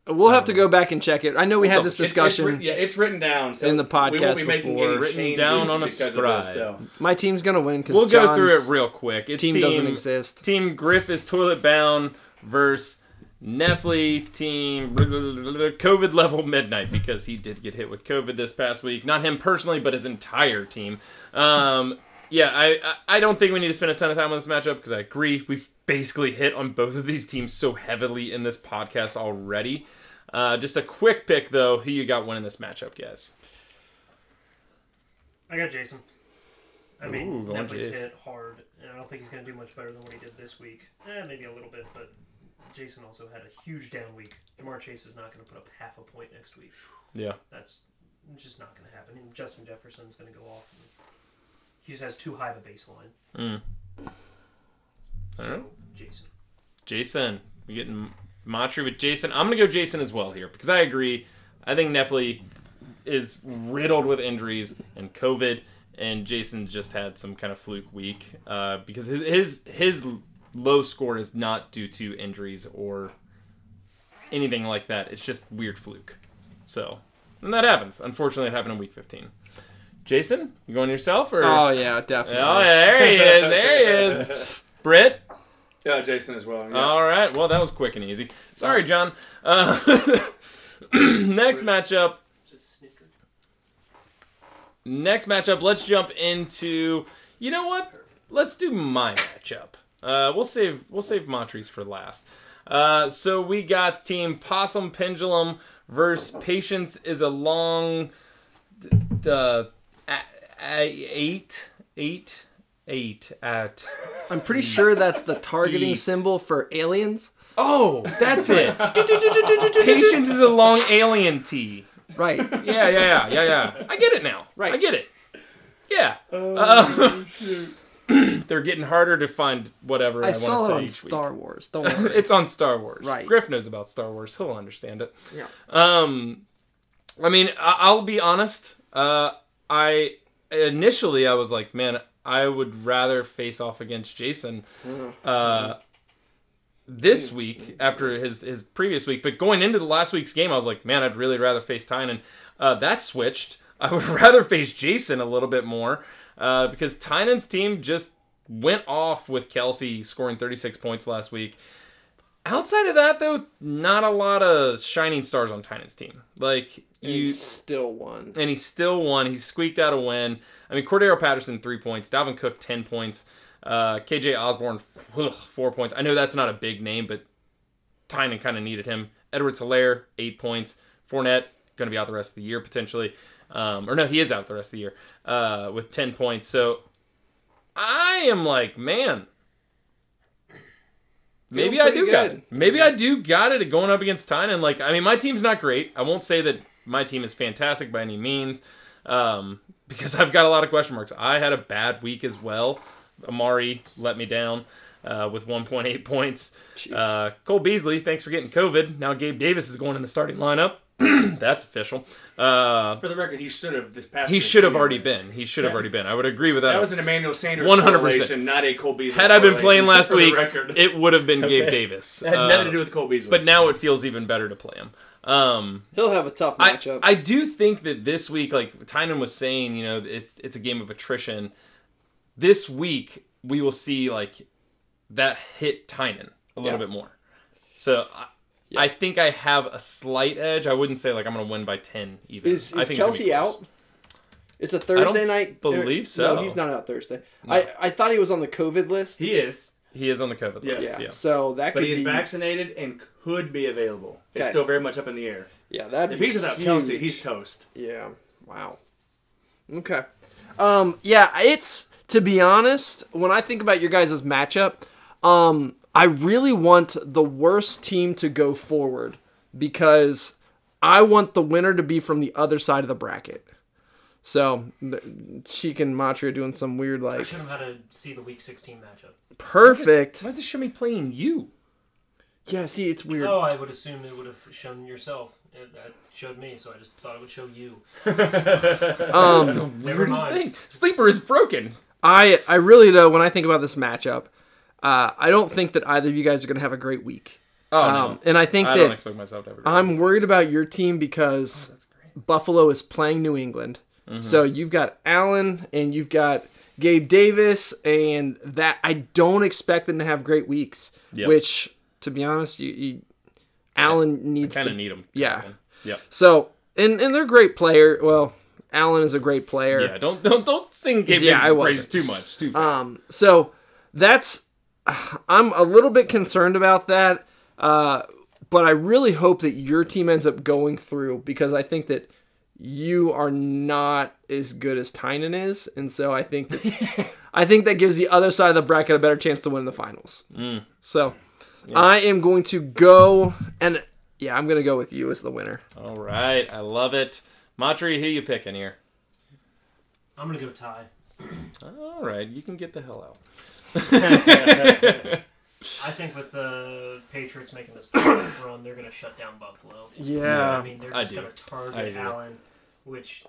Speaker 4: we'll have to go back and check it. I know we had
Speaker 1: the-
Speaker 4: this
Speaker 1: Uh, it- it's
Speaker 4: discussion.
Speaker 2: It's written- yeah, it's written down so
Speaker 4: In the
Speaker 2: We won't be
Speaker 4: podcast
Speaker 2: making
Speaker 4: before.
Speaker 2: any
Speaker 1: Written
Speaker 2: changes
Speaker 1: down on a
Speaker 2: because of
Speaker 1: scribe.
Speaker 2: this, so.
Speaker 4: My team's gonna win because
Speaker 1: We'll go through it real quick. It's
Speaker 4: team, doesn't exist.
Speaker 1: Team Griff is toilet bound versus Nefli team COVID level midnight because he did get hit with COVID this past week. Not him personally, but his entire team. Um, yeah, I I- I don't think we need to spend a ton of time on this matchup because I agree we've basically hit on both of these teams so heavily in this podcast already. Uh, just a quick pick though, who you got winning this matchup, guys?
Speaker 3: I got Jason. I mean,
Speaker 1: Ooh, going
Speaker 3: Netflix
Speaker 1: Jason.
Speaker 3: hit hard, and I don't think he's going to do much better than what he did this week. Eh, maybe a little bit, but Jason also had a huge down week. Jamar Chase is not going to put up half a point next week.
Speaker 1: Yeah.
Speaker 3: That's just not going to happen. And Justin Jefferson's going to go off. And he just has too high of a baseline.
Speaker 1: Mm.
Speaker 3: So,
Speaker 1: Alright.
Speaker 3: Jason.
Speaker 1: Jason. We're getting Matri with Jason. I'm gonna go Jason as well here because I agree. I think Nefli is riddled with injuries and COVID, and Jason just had some kind of fluke week uh, because his his his low score is not due to injuries or anything like that. It's just weird fluke. So, and that happens. Unfortunately, it happened in week 15. Jason, you going yourself or?
Speaker 4: Oh yeah, definitely.
Speaker 1: Oh, there he is. There he is. Britt.
Speaker 2: Yeah, Jason as well. Yeah.
Speaker 1: All right. Well, that was quick and easy. Sorry, John. Uh, next matchup.
Speaker 3: Just snickered.
Speaker 1: Next matchup. Let's jump into. You know what? Let's do my matchup. Uh, we'll save we'll save Montrese for last. Uh, so we got team Possum Pendulum versus Patience is a long. D- d- uh, a- a- eight eight eight at.
Speaker 4: I'm pretty sure that's the targeting
Speaker 1: Yeet.
Speaker 4: symbol for aliens.
Speaker 1: Oh, that's it. Patience is a long alien T.
Speaker 4: Right.
Speaker 1: Yeah, yeah, yeah, yeah, yeah. I get it now.
Speaker 4: Right. Oh,
Speaker 1: I get it. Yeah. Uh, they're getting harder to find whatever I,
Speaker 4: I
Speaker 1: want to say.
Speaker 4: saw it on
Speaker 1: each week.
Speaker 4: Star Wars. Don't worry.
Speaker 1: It's on Star Wars.
Speaker 4: Right.
Speaker 1: Griff knows about Star Wars. He'll understand it.
Speaker 4: Yeah.
Speaker 1: Um, I mean, I- I'll be honest. Uh, I initially I was like, man, I would rather face off against Jason. Uh, this week after his his previous week, but going into the last week's game, I was like, man, I'd really rather face Tynan. Uh, that switched. I would rather face Jason a little bit more uh, because Tynan's team just went off with Kelsey scoring 36 points last week. Outside of that, though, not a lot of shining stars on Tynan's team. Like
Speaker 4: you
Speaker 1: you,
Speaker 4: still won.
Speaker 1: and he still won. He squeaked out a win. I mean, Cordero Patterson three points, Dalvin Cook ten points, uh, KJ Osborne ugh, four points. I know that's not a big name, but Tynan kind of needed him. Edwards Hilaire eight points. Fournette going to be out the rest of the year potentially, um, or no, he is out the rest of the year uh, with ten points. So I am like, man. Maybe I
Speaker 4: pretty
Speaker 1: do got
Speaker 4: good.
Speaker 1: it. Maybe I do got it at going up against Tynan. Like, I mean, my team's not great. I won't say that my team is fantastic by any means, um, because I've got a lot of question marks. I had a bad week as well. Amari let me down uh, with 1.8 points. Uh, Cole Beasley, thanks for getting COVID. Now Gabe Davis is going in the starting lineup. That's official. Uh,
Speaker 2: For the record, he should have this past.
Speaker 1: he
Speaker 2: week,
Speaker 1: should have
Speaker 2: anyway.
Speaker 1: already been. He should have already been. I would agree with that.
Speaker 2: That was an Emmanuel Sanders
Speaker 1: 100%.
Speaker 2: 100%. not a Cole Beasley.
Speaker 1: had I been
Speaker 2: correlation,
Speaker 1: playing last
Speaker 2: for the
Speaker 1: week,
Speaker 2: record.
Speaker 1: it would have been Gabe Davis.
Speaker 2: It had
Speaker 1: Uh,
Speaker 2: nothing to do with Cole Beasley.
Speaker 1: but now it feels even better to play him. Um,
Speaker 4: He'll have a tough
Speaker 1: I,
Speaker 4: matchup.
Speaker 1: I do think that this week, like Tynan was saying, you know, it, it's a game of attrition. This week, we will see like that hit Tynan a little
Speaker 4: Yeah.
Speaker 1: bit more. So I, I think I have a slight edge. I wouldn't say like I'm going to win by 10 even.
Speaker 4: is
Speaker 1: I
Speaker 4: is
Speaker 1: think it's gonna be
Speaker 4: Kelsey
Speaker 1: close.
Speaker 4: out? It's a Thursday
Speaker 1: don't
Speaker 4: night.
Speaker 1: believe so.
Speaker 4: No, he's not out Thursday. I, I thought he was on the COVID list.
Speaker 2: he is,
Speaker 1: He is on the COVID list.
Speaker 2: Yes.
Speaker 4: yeah.
Speaker 1: Yeah.
Speaker 4: So that
Speaker 2: but
Speaker 4: could
Speaker 2: he is
Speaker 4: be.
Speaker 2: vaccinated and could be available. It's
Speaker 4: Okay.
Speaker 2: still very much up in the air.
Speaker 4: Yeah, that.
Speaker 2: If he's without Kelsey, he's toast.
Speaker 4: Yeah. Wow. Okay. Um, yeah, it's to be honest, when I think about your guys' matchup, um, I really want the worst team to go forward because I want the winner to be from the other side of the bracket. So th- Cheek and Matri are doing some weird
Speaker 3: I
Speaker 4: like
Speaker 3: showed him how to see the week 16 matchup.
Speaker 4: perfect.
Speaker 1: Why is this Shimmy playing you?
Speaker 4: Yeah, see, it's weird.
Speaker 3: Oh, I would assume it would have shown yourself. It, it showed me, so I just thought it would show you.
Speaker 4: Um,
Speaker 1: the weirdest
Speaker 3: mind.
Speaker 1: thing. Sleeper is broken.
Speaker 4: I I really though when I think about this matchup, uh, I don't think that either of you guys are gonna have a great week.
Speaker 1: Oh,
Speaker 4: Um, and I think
Speaker 1: I
Speaker 4: that
Speaker 1: don't Oh, expect myself to ever. do
Speaker 4: I'm worried about your team because Buffalo is playing New England.
Speaker 1: Mm-hmm.
Speaker 4: So you've got Allen and you've got Gabe Davis, and that I don't expect them to have great weeks.
Speaker 1: Yep.
Speaker 4: Which, to be honest, you, you Allen needs
Speaker 1: kind
Speaker 4: to.
Speaker 1: of need him.
Speaker 4: yeah.
Speaker 1: Yep.
Speaker 4: So and and they're great player. Well, Allen is a great player.
Speaker 1: Yeah, don't don't don't sing Gabe
Speaker 4: Yeah, I
Speaker 1: Davis' praise
Speaker 4: wasn't.
Speaker 1: too much, too fast.
Speaker 4: Um, so that's I'm a little bit concerned about that, uh, but I really hope that your team ends up going through because I think that you are not as good as Tynan is, and so I think that, I think that gives the other side of the bracket a better chance to win the finals. So I am going to go and yeah, I'm going to go with you as the winner.
Speaker 1: All right, I love it. Matri, who you picking here?
Speaker 3: I'm going to go tie.
Speaker 1: All right, you can get the hell out.
Speaker 3: I think with the Patriots making this playoff run, they're going to shut down Buffalo. You know what I mean, they're
Speaker 1: I
Speaker 3: just
Speaker 1: do.
Speaker 3: going to
Speaker 1: I
Speaker 3: target
Speaker 1: do.
Speaker 3: Allen. which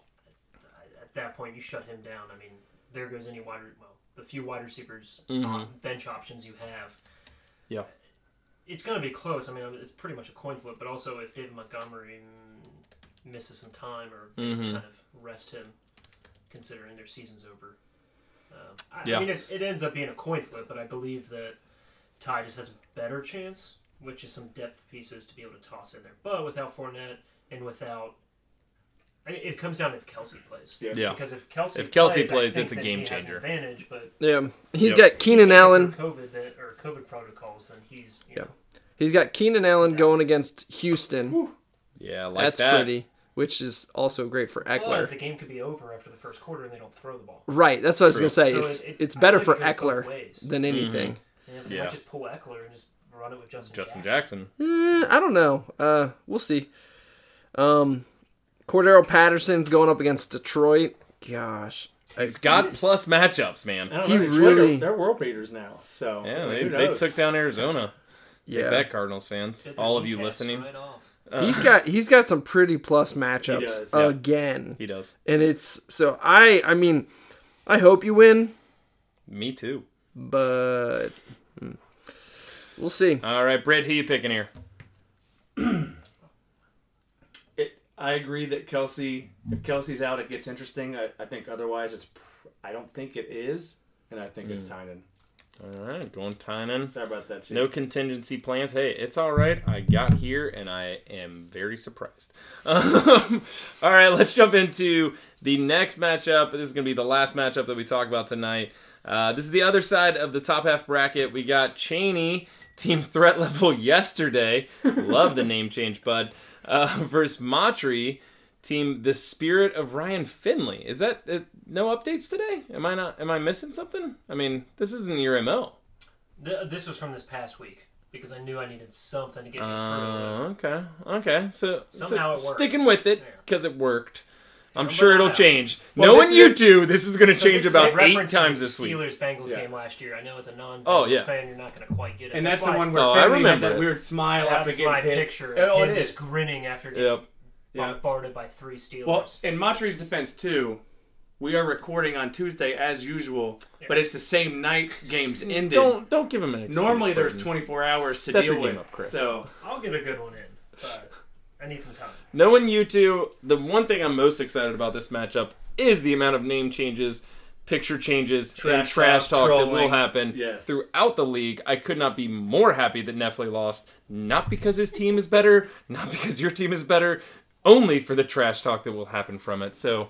Speaker 3: uh, at that point you shut him down. I mean, there goes any wide re- well, the few wide receivers on bench options you have.
Speaker 1: Mm-hmm. Yeah.
Speaker 3: It's going to be close. I mean, it's pretty much a coin flip. But also, if David Montgomery mm, misses some time or they
Speaker 1: Mhm.
Speaker 3: kind of rest him, considering their season's over. Um, I,
Speaker 1: Yeah.
Speaker 3: I mean, it, it ends up being a coin flip, but I believe that Ty just has a better chance, which is some depth pieces to be able to toss in there. But without Fournette and without, I mean, it comes down to if Kelsey plays.
Speaker 6: Yeah.
Speaker 1: Yeah.
Speaker 3: Because if Kelsey
Speaker 1: If Kelsey
Speaker 3: I
Speaker 1: plays,
Speaker 3: think
Speaker 1: it's a
Speaker 3: that
Speaker 1: game
Speaker 3: he has an
Speaker 1: changer.
Speaker 3: advantage, but
Speaker 4: Yeah,
Speaker 1: Yep.
Speaker 4: he's got Keenan Allen.
Speaker 3: COVID that, or COVID protocols, then he's you
Speaker 4: Yeah.
Speaker 3: know,
Speaker 4: He's got Keenan Allen going against Houston.
Speaker 1: Yeah, like
Speaker 4: That's
Speaker 1: that.
Speaker 4: pretty, which is also great for
Speaker 3: but
Speaker 4: Eckler.
Speaker 3: the game could be over after the first quarter and they don't throw the ball.
Speaker 4: Right, that's what I was
Speaker 1: True. Mm-hmm.
Speaker 4: gonna say.
Speaker 3: So
Speaker 4: it's
Speaker 3: it- it-
Speaker 4: it's
Speaker 3: I
Speaker 4: better
Speaker 3: think
Speaker 4: for
Speaker 3: it goes both
Speaker 4: Eckler
Speaker 3: ways.
Speaker 4: than anything.
Speaker 3: And they
Speaker 1: Yeah.
Speaker 3: might just pull Eckler and just run it with Justin,
Speaker 1: Justin
Speaker 3: Jackson.
Speaker 1: Jackson.
Speaker 4: Eh, I don't know. Uh, we'll see. Um, Cordero Patterson's going up against Detroit. Gosh,
Speaker 1: He's got plus matchups, man.
Speaker 3: I don't
Speaker 4: he
Speaker 3: know.
Speaker 4: really.
Speaker 6: They're world beaters now. So
Speaker 1: Yeah, they,
Speaker 6: who
Speaker 1: they
Speaker 6: knows?
Speaker 1: took down Arizona. Take
Speaker 4: Yeah.
Speaker 1: that, Cardinals fans.
Speaker 3: Get their
Speaker 1: All of you
Speaker 3: kneecaps
Speaker 1: listening.
Speaker 3: right off.
Speaker 4: he's got he's got some pretty plus matchups
Speaker 6: does,
Speaker 1: uh, yeah.
Speaker 4: again.
Speaker 1: He does.
Speaker 4: And it's so I I mean, I hope you win,
Speaker 1: Me too.
Speaker 4: but mm, we'll see.
Speaker 1: All right, Britt, who you picking here?
Speaker 6: It, I agree that Kelsey, if Kelsey's out, it gets interesting. I, I think otherwise, it's. pr- I don't think it is, and I think it's
Speaker 1: Hmm.
Speaker 6: Tynan.
Speaker 1: All right, going Tynan.
Speaker 6: Sorry about that. Chief.
Speaker 1: No contingency plans. Hey, it's all right. I got here and I am very surprised. Um, all right, let's jump into the next matchup. This is going to be the last matchup that we talk about tonight. Uh, this is the other side of the top half bracket. We got Cheney, team threat level yesterday. Love the name change, bud. Uh, versus Matri, team the spirit of Ryan Finley. Is that uh, no updates today? Am I not? Am I missing something? I mean, this isn't your mo.
Speaker 3: Th- this was from this past week because I knew I needed something to get me through.
Speaker 1: Uh, okay. Okay. So, so
Speaker 3: Somehow it worked.
Speaker 1: sticking with it
Speaker 3: Yeah.
Speaker 1: because it worked. I'm
Speaker 3: Remember
Speaker 1: sure it'll
Speaker 3: that.
Speaker 1: change.
Speaker 6: Well,
Speaker 1: Knowing
Speaker 6: this
Speaker 1: you
Speaker 6: is-
Speaker 1: do, this is going to change
Speaker 3: this is a
Speaker 1: about eight
Speaker 3: reference to
Speaker 1: times
Speaker 3: the
Speaker 1: this week.
Speaker 3: Steelers Bengals
Speaker 6: Yeah.
Speaker 3: game last year. I know as a non Bengals
Speaker 1: Oh, yeah.
Speaker 3: fan, you're not going to quite get it.
Speaker 6: And that's the
Speaker 3: why
Speaker 6: one where
Speaker 1: Oh, I
Speaker 6: Finley
Speaker 1: remember
Speaker 6: had that
Speaker 1: it.
Speaker 6: weird smile after
Speaker 3: That's
Speaker 6: getting
Speaker 3: my
Speaker 6: hit.
Speaker 3: picture of
Speaker 6: Oh,
Speaker 3: him
Speaker 6: it
Speaker 3: just
Speaker 6: is.
Speaker 3: grinning after getting
Speaker 1: Yep.
Speaker 6: Yeah.
Speaker 3: bombarded by three Steelers.
Speaker 6: Well, in Monterey's defense too, we are recording on Tuesday as usual, but it's the same night games ended.
Speaker 1: Don't don't give him an excuse.
Speaker 6: Normally there's
Speaker 1: Burton.
Speaker 6: 24 hours to
Speaker 1: Step your
Speaker 6: deal
Speaker 1: game
Speaker 6: with.
Speaker 1: up, Chris.
Speaker 6: So
Speaker 3: I'll get a good one in, but I need some time.
Speaker 1: Knowing you two, the one thing I'm most excited about this matchup is the amount of name changes, picture changes, and
Speaker 6: Trash
Speaker 1: trash
Speaker 6: talk,
Speaker 1: talk, that will
Speaker 6: trolling.
Speaker 1: happen
Speaker 6: Yes.
Speaker 1: throughout the league. I could not be more happy that Nefli lost, not because his team is better, not because your team is better, only for the trash talk that will happen from it. So,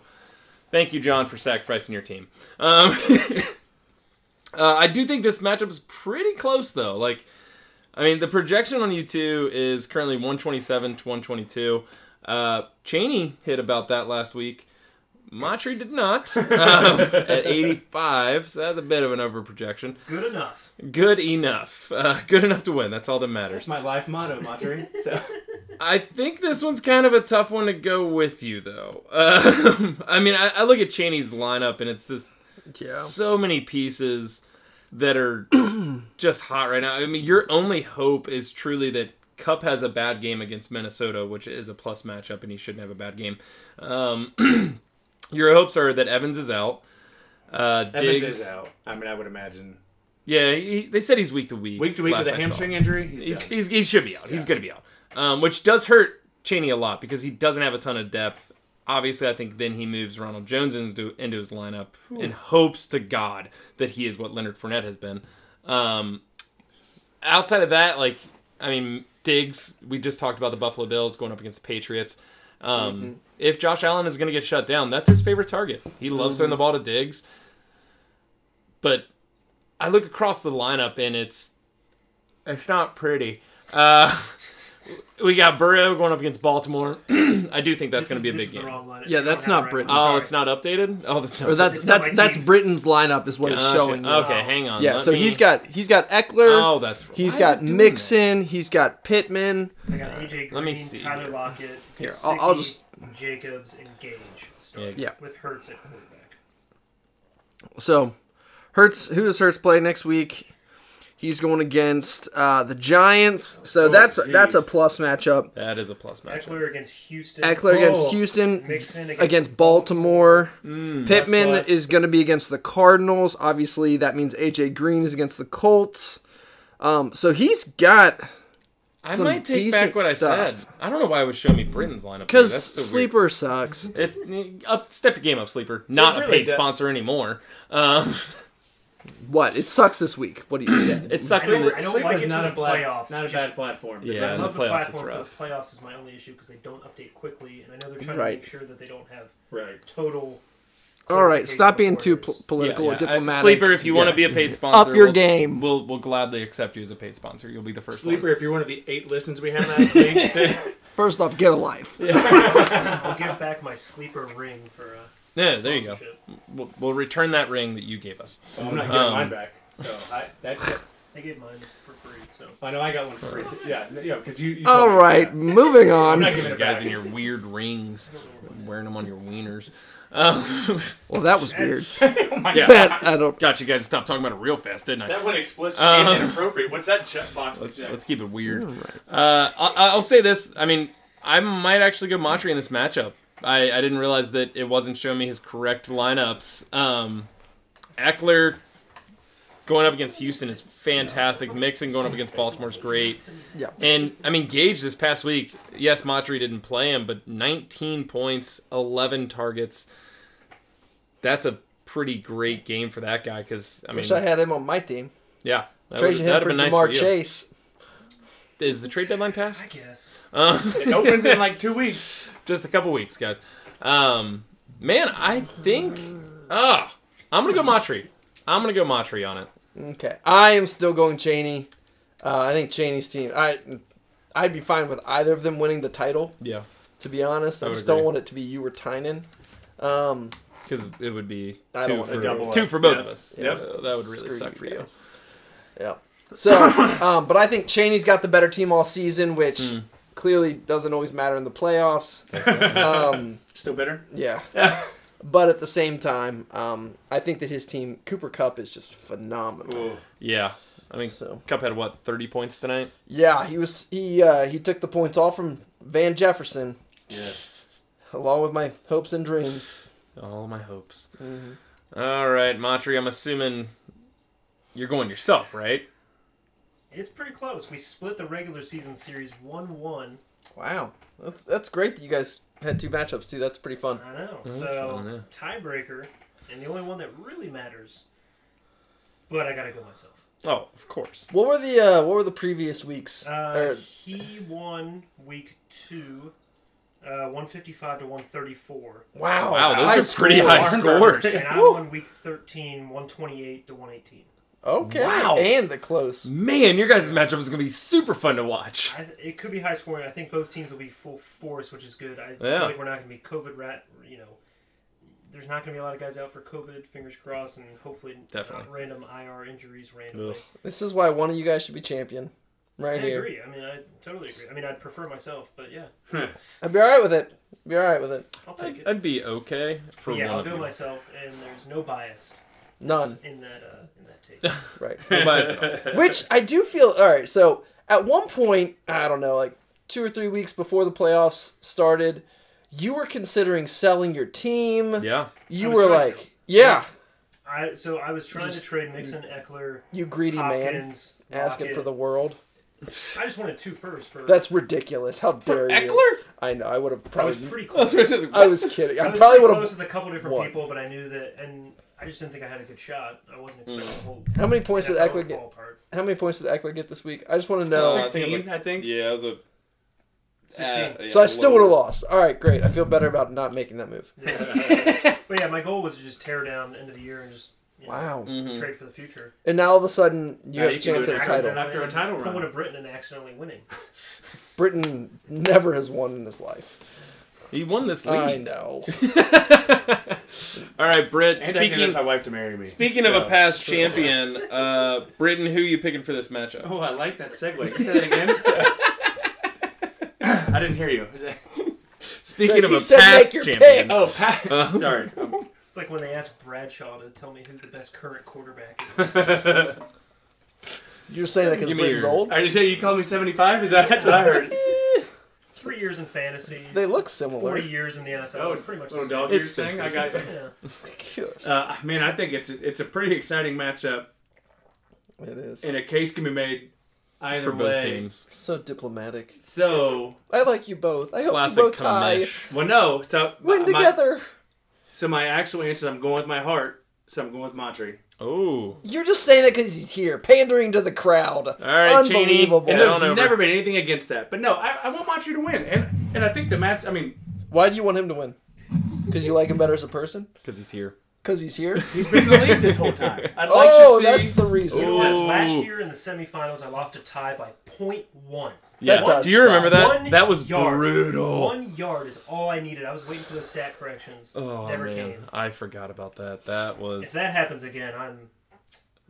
Speaker 1: thank you, John, for sacrificing your team. Um, uh, I do think this matchup is pretty close, though. Like, I mean, the projection on you two is currently 127 to 122. Uh, Cheney hit about that last week. Matry did not um, at 85, so that's a bit of an over projection.
Speaker 3: Good enough.
Speaker 1: Good enough. Uh, good enough to win. That's all that matters.
Speaker 6: that's my life motto, Monterey. So
Speaker 1: I think this one's kind of a tough one to go with you, though. Uh, I mean, I, I look at Cheney's lineup, and it's just so many pieces that are just hot right now. I mean, your only hope is truly that Cup has a bad game against Minnesota, which is a plus matchup, and he shouldn't have a bad game. Um, your hopes are that Evans is out. Uh,
Speaker 6: Evans
Speaker 1: Diggs,
Speaker 6: is out. I mean, I would imagine
Speaker 1: Yeah, he, they said he's week to week.
Speaker 6: week to week
Speaker 1: last
Speaker 6: with a
Speaker 1: I saw.
Speaker 6: hamstring injury. He's,
Speaker 1: He's,
Speaker 6: done.
Speaker 1: he's, he should be out. He's going to be out. Um, which does hurt Cheney a lot because he doesn't have a ton of depth. Obviously, I think then he moves Ronald Jones into, into his lineup in hopes to God that he is what Leonard Fournette has been. Um, outside of that, like, I mean, Diggs, we just talked about the Buffalo Bills going up against the Patriots. Um,
Speaker 6: Mm-hmm.
Speaker 1: If Josh Allen is going to get shut down, that's his favorite target. He loves
Speaker 6: Mm-hmm.
Speaker 1: throwing the ball to Diggs. But I look across the lineup and it's it's not pretty. Uh, we got Burrow going up against Baltimore. I do think that's
Speaker 3: This
Speaker 1: going to be a
Speaker 3: is-
Speaker 1: big
Speaker 3: this is the
Speaker 1: game.
Speaker 3: wrong lineup.
Speaker 4: Yeah,
Speaker 3: I don't
Speaker 4: that's
Speaker 3: have it
Speaker 4: not
Speaker 3: right.
Speaker 4: Britain.
Speaker 3: I'm
Speaker 1: Oh,
Speaker 3: sorry.
Speaker 1: it's not updated. Oh, that's not
Speaker 4: Or that's
Speaker 3: It's not
Speaker 4: that's
Speaker 3: my
Speaker 4: that's
Speaker 3: team.
Speaker 4: Britain's lineup is what it's
Speaker 1: Gotcha.
Speaker 4: showing. you.
Speaker 1: Okay, hang on.
Speaker 4: Yeah,
Speaker 1: Uh, let
Speaker 4: so
Speaker 1: me-
Speaker 4: he's got he's got Eckler,
Speaker 1: Oh, that's right.
Speaker 4: he's
Speaker 1: Why is
Speaker 4: got
Speaker 1: it doing
Speaker 4: Mixon, he's got Pittman.
Speaker 3: I got AJ Green,
Speaker 1: Let me see
Speaker 3: Tyler
Speaker 1: here.
Speaker 3: Lockett,
Speaker 4: Here, I'll- I'll
Speaker 3: Gesicki,
Speaker 4: just-
Speaker 3: Jacobs and Gage starting
Speaker 4: Yeah.
Speaker 3: with Hurts at quarterback.
Speaker 4: So, Hertz, who does Hertz play next week? He's going against uh, the Giants, so
Speaker 6: Oh,
Speaker 4: that's
Speaker 6: jeez.
Speaker 4: that's a plus matchup.
Speaker 1: That is a plus matchup.
Speaker 3: Eckler against Houston.
Speaker 4: Eckler
Speaker 6: Oh.
Speaker 4: against Houston,
Speaker 3: Mixon against,
Speaker 4: against Baltimore.
Speaker 1: Hmm,
Speaker 4: Pittman
Speaker 6: plus, plus.
Speaker 4: is going to be against the Cardinals. Obviously, that means AJ Green is against the Colts. Um, so he's got
Speaker 1: I
Speaker 4: some
Speaker 1: might take
Speaker 4: decent
Speaker 1: back what I
Speaker 4: stuff.
Speaker 1: said. I don't know why it would show me Britain's lineup. too.
Speaker 4: because
Speaker 1: That's so weird.
Speaker 4: sleeper sucks.
Speaker 1: It's eh, up, step your game up, sleeper. Not
Speaker 6: It
Speaker 1: a
Speaker 6: really
Speaker 1: paid
Speaker 6: does.
Speaker 1: sponsor anymore. Um,
Speaker 4: What it sucks this week. What do you get?
Speaker 1: it sucks.
Speaker 3: I don't-
Speaker 1: in the-
Speaker 3: I don't like it
Speaker 6: Sleeper's
Speaker 3: for
Speaker 6: not
Speaker 3: the
Speaker 6: a black,
Speaker 3: playoffs.
Speaker 6: not a
Speaker 3: Just-
Speaker 6: bad platform.
Speaker 1: Yeah.
Speaker 3: I
Speaker 1: in
Speaker 3: love
Speaker 1: the
Speaker 3: the,
Speaker 1: playoffs,
Speaker 3: platform
Speaker 1: it's
Speaker 3: for the playoffs is my only issue because they don't update quickly, and I know they're trying
Speaker 4: Right.
Speaker 3: to make sure that they don't have
Speaker 6: Right.
Speaker 3: total.
Speaker 4: All right, stop being too
Speaker 3: clarification
Speaker 4: pol-
Speaker 3: before
Speaker 1: Yeah,
Speaker 4: political
Speaker 1: yeah.
Speaker 4: or
Speaker 1: I-
Speaker 4: diplomatic.
Speaker 1: Sleeper, if you want to
Speaker 6: Yeah.
Speaker 1: be a paid sponsor,
Speaker 4: your
Speaker 1: we'll-
Speaker 4: game.
Speaker 1: We'll we'll gladly accept you as a paid sponsor. You'll be the first
Speaker 6: Sleeper, if you're one of the eight listens we had last week,
Speaker 4: First off, get a life.
Speaker 3: this. I'll give back my sleeper ring for. Uh,
Speaker 1: One. Yeah, there you go.
Speaker 3: sponsorship.
Speaker 1: We'll, we'll return that ring that you gave us.
Speaker 6: I'm not getting
Speaker 1: Um,
Speaker 6: mine back. So I, that's,
Speaker 3: I gave mine for free, so.
Speaker 6: I know I got one for free. too. Yeah, yeah, because you. you
Speaker 4: All
Speaker 6: told me.
Speaker 4: right, moving on.
Speaker 6: not giving
Speaker 1: You
Speaker 6: it
Speaker 1: guys
Speaker 6: back.
Speaker 1: in your weird rings, wearing them on your wieners. Um,
Speaker 4: Well, that was weird.
Speaker 1: yeah,
Speaker 4: That- I don't.
Speaker 1: got you guys. Stop talking about it real fast, didn't I?
Speaker 6: Oh That went explicit
Speaker 1: Um,
Speaker 6: and inappropriate. What's that checkbox to check?
Speaker 1: Let's keep it weird. Uh, I, I'll say this. I mean, I might actually go Montre in this matchup. I, I didn't realize that it wasn't showing me his correct lineups. Um, Eckler going up against Houston is fantastic. Mixon going up against Baltimore is great.
Speaker 4: Yeah.
Speaker 1: And I mean, Gage this past week, yes, Montre didn't play him, but 19 points, 11 targets. That's a pretty great game for that guy because I mean,
Speaker 4: Wish I had him on my team.
Speaker 1: yeah, that
Speaker 4: Trade
Speaker 1: would
Speaker 4: him
Speaker 1: have
Speaker 4: for
Speaker 1: been nice
Speaker 4: Jamar
Speaker 1: for you.
Speaker 4: Chase.
Speaker 1: Is the trade deadline
Speaker 3: I
Speaker 1: passed?
Speaker 3: guess.
Speaker 1: Uh,
Speaker 6: It opens in like two weeks.
Speaker 1: just a couple weeks, guys. Um, man, I think. Ah, I'm gonna go Matri. I'm gonna go Matri on it.
Speaker 4: Okay, I am still going Cheney. Uh, I think Cheney's team. I, I'd be fine with either of them winning the title.
Speaker 1: Yeah,
Speaker 4: To be honest,
Speaker 1: I
Speaker 4: I
Speaker 1: would
Speaker 4: just
Speaker 1: agree.
Speaker 4: don't want it to be you or Tynan. Um,
Speaker 1: because it would be
Speaker 4: I don't
Speaker 1: two
Speaker 4: want
Speaker 1: for
Speaker 4: a double
Speaker 1: two
Speaker 6: up.
Speaker 1: for both
Speaker 6: Yeah.
Speaker 1: of us.
Speaker 4: Yep.
Speaker 1: Uh, that would really
Speaker 4: Screw
Speaker 1: suck
Speaker 4: you
Speaker 1: for you.
Speaker 4: guys. yeah. So, um, but I think Cheney's got the better team all season, which
Speaker 1: Hmm.
Speaker 4: clearly doesn't always matter in the playoffs. um,
Speaker 6: Still bitter?
Speaker 4: yeah. But at the same time, um, I think that his team, Cooper Cup, is just phenomenal.
Speaker 6: Ooh.
Speaker 1: Yeah, I mean,
Speaker 4: So
Speaker 1: Cup had what 30 points tonight.
Speaker 4: yeah, he was he uh, he took the points all from Van Jefferson,
Speaker 6: Yes.
Speaker 4: along with my hopes and dreams.
Speaker 1: All my hopes.
Speaker 4: Mhm.
Speaker 1: All right, Matri. I'm assuming you're going yourself, right?
Speaker 3: It's pretty close. We split the regular season series 1 1.
Speaker 4: Wow, that's that's great that you guys had two matchups too. That's pretty fun.
Speaker 3: I know.
Speaker 1: that's
Speaker 3: so,
Speaker 1: fun, yeah.
Speaker 3: tiebreaker, and the only one that really matters. But I gotta go myself.
Speaker 1: Oh, of course.
Speaker 4: What were the uh, what were the previous weeks?
Speaker 3: Uh,
Speaker 4: Or-
Speaker 3: he won week two, uh, 155 to 134.
Speaker 4: wow,
Speaker 1: Wow, those
Speaker 4: high
Speaker 1: are pretty
Speaker 4: score.
Speaker 1: high
Speaker 6: Armbar.
Speaker 1: scores.
Speaker 3: And I
Speaker 4: Woo.
Speaker 3: won week 13, 128 to 118.
Speaker 4: Okay,
Speaker 1: Wow.
Speaker 4: and the close.
Speaker 1: Man, your guys' matchup is gonna be super fun to watch.
Speaker 3: I, it could be high scoring. I think both teams will be full force, which is good. I
Speaker 1: Yeah.
Speaker 3: feel like we're not going to be COVID rat. You know, there's not going to be a lot of guys out for COVID. Fingers crossed, and hopefully
Speaker 1: Definitely.
Speaker 3: not random IR injuries randomly.
Speaker 1: Ugh.
Speaker 4: This is why one of you guys should be champion,
Speaker 3: I
Speaker 4: right here.
Speaker 3: agree. I mean, I totally agree. I mean, I'd prefer myself, but yeah,
Speaker 4: I'd be all right with it. Be all right with it.
Speaker 3: I'll take
Speaker 1: I'd,
Speaker 3: it.
Speaker 1: I'd be okay for
Speaker 3: Yeah,
Speaker 1: one
Speaker 3: I'll
Speaker 1: of
Speaker 3: go
Speaker 1: you.
Speaker 3: myself, and there's no bias
Speaker 4: None,
Speaker 3: in that uh, in that take.
Speaker 4: right?
Speaker 1: No bias at all.
Speaker 4: Which I do feel. All right, so at one point, I don't know, like two or three weeks before the playoffs started, you were considering selling your team.
Speaker 1: Yeah.
Speaker 4: You
Speaker 3: I was
Speaker 4: were
Speaker 3: trying to.
Speaker 4: like, yeah,
Speaker 3: I so I was trying
Speaker 4: just-
Speaker 3: to trade Mixon, Eckler,
Speaker 4: you greedy man,
Speaker 3: Hopkins,
Speaker 4: asking
Speaker 3: Lockett.
Speaker 4: for the world.
Speaker 3: I just wanted two first for.
Speaker 4: That's ridiculous. How dare you?
Speaker 1: Eckler?
Speaker 4: I know. I would have
Speaker 3: I was
Speaker 4: probably.
Speaker 3: pretty close.
Speaker 1: That's what I said.
Speaker 4: I was kidding. I probably
Speaker 3: was pretty
Speaker 4: would have.
Speaker 3: close with a couple different
Speaker 4: won.
Speaker 3: people, but I knew that, and I just didn't think I had a good shot. I wasn't expecting a whole.
Speaker 4: How many points did
Speaker 3: NFL
Speaker 4: Eckler get?
Speaker 3: ballpark.
Speaker 4: How many points did Eckler get this week? I just want to know.
Speaker 1: I think it's
Speaker 6: 16, I think.
Speaker 7: Yeah, it was a.
Speaker 3: 16.
Speaker 7: uh, yeah,
Speaker 4: So I still would
Speaker 7: lower.
Speaker 4: have lost. All right, great. I feel better about not making that move.
Speaker 3: But yeah, my goal was to just tear down the end of the year and just you know,
Speaker 4: Wow.
Speaker 3: trade for the future.
Speaker 4: And now all of a sudden you
Speaker 7: Yeah,
Speaker 4: have a
Speaker 7: you can
Speaker 4: chance
Speaker 7: do
Speaker 4: at
Speaker 7: it
Speaker 4: a title.
Speaker 6: accident. After a title
Speaker 3: I
Speaker 6: run.
Speaker 3: would have Britain and accidentally winning.
Speaker 4: Britain never has won in his life.
Speaker 1: He won this
Speaker 4: I
Speaker 1: league.
Speaker 4: know.
Speaker 1: All right, Britt.
Speaker 6: And speaking,
Speaker 1: Speaking,
Speaker 6: my wife to marry me.
Speaker 1: speaking of
Speaker 6: So-
Speaker 1: a past champion, uh, Britton, who you picking for this matchup?
Speaker 6: Oh, I like that segue. Say that again. I didn't hear you.
Speaker 1: Speaking of
Speaker 4: He
Speaker 1: a
Speaker 4: said
Speaker 1: past
Speaker 4: make your
Speaker 1: champion.
Speaker 4: pick.
Speaker 6: Oh, Pat. Sorry.
Speaker 3: It's like when they asked Bradshaw to tell me who the best current quarterback is.
Speaker 4: You're saying that because
Speaker 1: Give me
Speaker 4: Britain's
Speaker 1: your-
Speaker 4: old?
Speaker 8: Are you saying you called me 75? Is that that's what I heard?
Speaker 3: Three years in fantasy,
Speaker 4: They look
Speaker 3: four
Speaker 4: similar.
Speaker 3: years in the NFL.
Speaker 8: Oh,
Speaker 3: it's pretty much the
Speaker 8: Little
Speaker 3: same.
Speaker 8: dog
Speaker 2: It's
Speaker 8: ears thing. I
Speaker 2: basically
Speaker 8: got.
Speaker 3: Yeah.
Speaker 4: Gosh,
Speaker 2: Uh, man, I think it's it's a pretty exciting matchup,
Speaker 4: It is.
Speaker 2: and a case can be made either
Speaker 1: for both
Speaker 2: way.
Speaker 1: teams.
Speaker 4: So diplomatic.
Speaker 2: So,
Speaker 4: I like you both. I hope
Speaker 1: Classic
Speaker 4: you both tie.
Speaker 1: Kamesh.
Speaker 2: well, no. So
Speaker 4: Win
Speaker 2: my-
Speaker 4: together.
Speaker 2: so my actual answer, I'm going with my heart. So I'm going with Montre.
Speaker 1: Oh,
Speaker 4: You're just saying it because he's here, pandering to the crowd. All
Speaker 1: right, Cheney.
Speaker 4: Unbelievable.
Speaker 1: Yeah,
Speaker 2: And
Speaker 1: I
Speaker 2: there's
Speaker 1: don't know,
Speaker 2: never been anything against that. But no, I, I want Montre to win, and and I think the match. I mean,
Speaker 4: Why do you want him to win? Because you like him better as a person?
Speaker 1: because he's here.
Speaker 4: Because he's here?
Speaker 2: he's been in the league this whole time. I'd
Speaker 4: oh,
Speaker 2: like to
Speaker 4: that's
Speaker 2: see.
Speaker 4: the reason.
Speaker 1: Ooh.
Speaker 3: Last-
Speaker 1: Oh.
Speaker 3: Last year in the semifinals, I lost a tie by point one.
Speaker 1: Yeah,
Speaker 4: does
Speaker 1: do you remember
Speaker 4: suck.
Speaker 1: that?
Speaker 3: One
Speaker 1: that was
Speaker 3: yard.
Speaker 1: brutal.
Speaker 3: One yard is all I needed. I was waiting for those stat corrections.
Speaker 1: Oh
Speaker 3: Never
Speaker 1: man,
Speaker 3: came.
Speaker 1: I forgot about that. That
Speaker 3: If
Speaker 1: was
Speaker 3: that happens again, I'm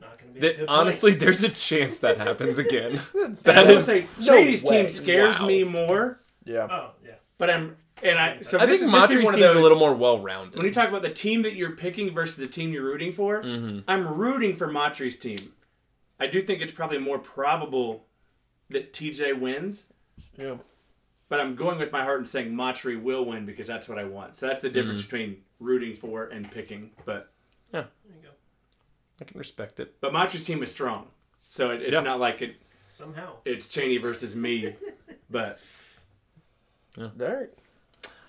Speaker 3: not going to be. in a
Speaker 1: that,
Speaker 3: good
Speaker 1: honestly.
Speaker 3: place.
Speaker 1: There's a chance that happens again.
Speaker 4: That's-
Speaker 1: That
Speaker 2: I would
Speaker 1: is-
Speaker 2: say
Speaker 4: No
Speaker 2: Shady's
Speaker 4: way.
Speaker 2: team scares
Speaker 1: Wow.
Speaker 2: me more,
Speaker 4: Yeah.
Speaker 3: Oh yeah.
Speaker 2: but I'm and I. So
Speaker 1: I
Speaker 2: this,
Speaker 1: think
Speaker 2: this would be
Speaker 1: Montri's
Speaker 2: one
Speaker 1: team's
Speaker 2: of
Speaker 1: a
Speaker 2: those-
Speaker 1: little more well-rounded.
Speaker 2: When you talk about the team that you're picking versus the team you're rooting for,
Speaker 1: Mm-hmm.
Speaker 2: I'm rooting for Matri's team. I do think it's probably more probable that TJ wins,
Speaker 4: Yeah.
Speaker 2: but I'm going with my heart and saying Matri will win because that's what I want. So that's the
Speaker 1: Mm.
Speaker 2: difference between rooting for and picking. But
Speaker 3: There you go.
Speaker 1: I can respect it.
Speaker 2: but Matri's team is strong, so it, it's
Speaker 1: Yeah.
Speaker 2: not like it,
Speaker 3: Somehow.
Speaker 2: it's Cheney versus me. but
Speaker 4: All right.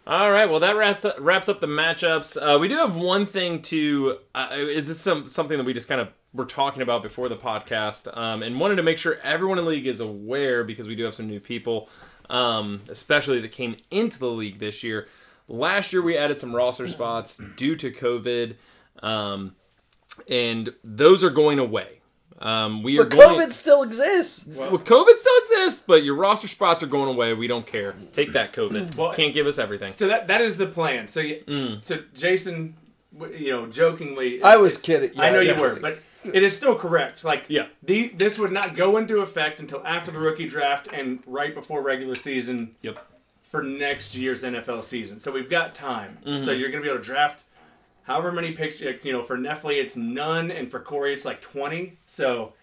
Speaker 1: All right, well that wraps up, wraps up the matchups. Uh, we do have one thing to. Uh, it's just some something that we just kind of were talking about before the podcast, um, and wanted to make sure everyone in the league is aware because we do have some new people, um, especially that came into the league this year. Last year we added some roster spots due to COVID, um, and those are going away. Um, we are
Speaker 4: But
Speaker 1: going.
Speaker 4: COVID still exists.
Speaker 1: Well, COVID still exists, but your roster spots are going away. We don't care. Take that, COVID.
Speaker 2: Well,
Speaker 1: Can't give us everything.
Speaker 2: so that that is the plan. So you, so Jason, w- you know, jokingly,
Speaker 4: I was kidding.
Speaker 2: I know
Speaker 4: Yeah, yeah.
Speaker 2: you were, but it is still correct. Like,
Speaker 1: Yeah.
Speaker 2: the this would not go into effect until after the rookie draft and right before regular season
Speaker 1: Yep.
Speaker 2: for next year's NFL season. So we've got time. So
Speaker 1: Mm-hmm.
Speaker 2: you're going to be able to draft however many picks. like, You know, for Nefli it's none, and for Corey it's like twenty. So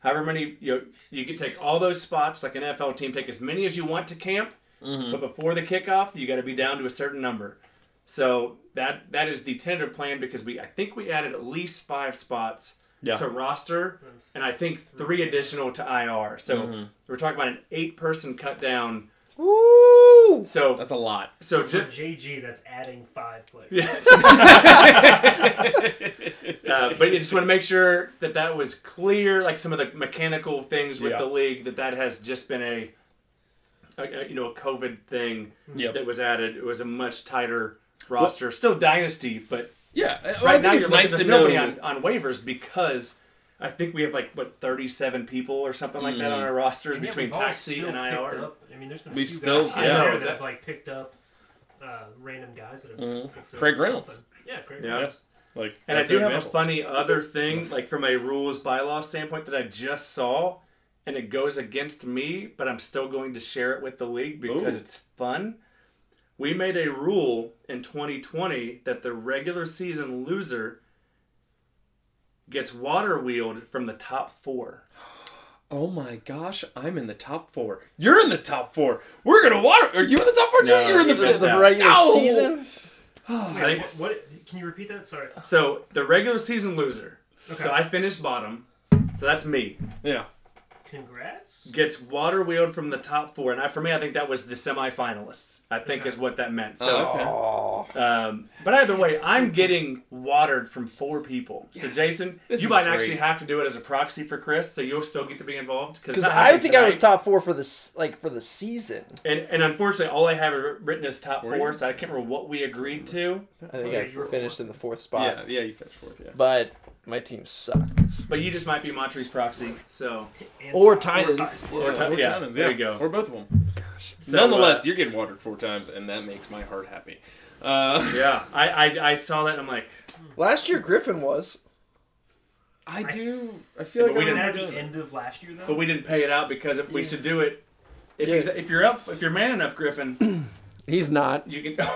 Speaker 2: however many you know, you can take all those spots like an NFL team, take as many as you want to camp.
Speaker 1: Mm-hmm.
Speaker 2: But before the kickoff, you got to be down to a certain number. So that that is the tentative plan because we I think we added at least five spots
Speaker 1: Yeah.
Speaker 2: to roster, and I think three additional to IR. So
Speaker 1: Mm-hmm.
Speaker 2: we're talking about an eight-person cut down.
Speaker 4: Woo!
Speaker 2: So
Speaker 1: That's a lot.
Speaker 2: so
Speaker 3: For
Speaker 2: ju-
Speaker 3: JG, that's adding five players.
Speaker 1: Um,
Speaker 2: uh, but you just want to make sure that that was clear, like some of the mechanical things with
Speaker 1: Yeah.
Speaker 2: the league, that that has just been a, a a- you know, a COVID thing
Speaker 1: Yep.
Speaker 2: that was added. It was a much tighter roster, still dynasty, but
Speaker 1: Yeah. uh,
Speaker 2: right now you're
Speaker 1: nice
Speaker 2: looking
Speaker 1: to
Speaker 2: at
Speaker 1: know.
Speaker 2: nobody on, on waivers because I think we have like what 37 people or something like
Speaker 1: Mm.
Speaker 2: that on our rosters
Speaker 3: And yet
Speaker 2: between
Speaker 3: we've all
Speaker 2: taxi
Speaker 3: still
Speaker 2: and
Speaker 3: picked
Speaker 2: IR.
Speaker 3: Up, I mean, there's been a
Speaker 1: We've
Speaker 3: few
Speaker 1: still-
Speaker 3: guys here
Speaker 1: yeah.
Speaker 3: and there
Speaker 2: Yeah.
Speaker 3: that have like picked up uh, random guys that have. fulfilled
Speaker 1: Craig Reynolds.
Speaker 3: something. Yeah, Craig
Speaker 2: Yeah.
Speaker 3: Reynolds.
Speaker 1: Like,
Speaker 2: And I do have a funny other thing, like from a rules bylaw standpoint, that I just saw, and it goes against me, but I'm still going to share it with the league because
Speaker 1: Ooh.
Speaker 2: it's fun. We made a rule in 2020 that the regular season loser gets water wheeled from the top four.
Speaker 1: Oh my gosh, I'm in the top four. You're in the top four. We're gonna water. Are you in the top four too?
Speaker 2: No,
Speaker 1: You're in the
Speaker 2: he
Speaker 4: Is
Speaker 1: first.
Speaker 2: missed
Speaker 4: the
Speaker 2: out.
Speaker 4: regular
Speaker 1: Ow!
Speaker 4: season?
Speaker 3: Wait,
Speaker 2: Thanks.
Speaker 3: what, what- Can you repeat that? Sorry.
Speaker 2: So the regular season loser. So I finished bottom. So that's me.
Speaker 1: Yeah.
Speaker 3: Congrats.
Speaker 2: Gets water wheeled from the top four, and I, for me, I think that was the semifinalists. I think is what that meant. So
Speaker 4: Oh.
Speaker 2: Um, but either way, I'm getting watered from four people. So Jason,
Speaker 1: This
Speaker 2: you
Speaker 1: is
Speaker 2: might
Speaker 1: great.
Speaker 2: actually have to do it as a proxy for Chris, so you'll still get to be involved.
Speaker 4: Because I think I was top four for this, like for the season.
Speaker 2: and, and unfortunately, all I have written is top four, so I can't remember what we agreed to.
Speaker 4: I think
Speaker 3: Yeah,
Speaker 4: I
Speaker 3: you were
Speaker 4: finished in the fourth spot.
Speaker 1: Yeah. Yeah. You finished fourth. Yeah.
Speaker 4: But my team sucked.
Speaker 2: But you just might be Montrese proxy. So
Speaker 3: And
Speaker 4: Or
Speaker 3: top-
Speaker 4: Titans.
Speaker 3: Or
Speaker 1: Or
Speaker 3: Titans.
Speaker 1: top-
Speaker 2: yeah,
Speaker 1: down and-
Speaker 2: there you go.
Speaker 1: Or both of them.
Speaker 2: So,
Speaker 1: Nonetheless,
Speaker 2: uh,
Speaker 1: you're getting watered four times, and that makes my heart happy. Uh,
Speaker 2: yeah, I, I I saw that and I'm like,
Speaker 4: Last year Griffin was.
Speaker 1: I do. I feel like I was
Speaker 2: But we
Speaker 3: Was
Speaker 2: didn't-
Speaker 3: that at
Speaker 1: doing
Speaker 3: the
Speaker 1: it.
Speaker 3: end of last year though?
Speaker 2: but we didn't pay it out because if we should do it. If,
Speaker 4: Yeah.
Speaker 2: he's, if you're up, if you're man enough, Griffin,
Speaker 4: He's not.
Speaker 2: you can.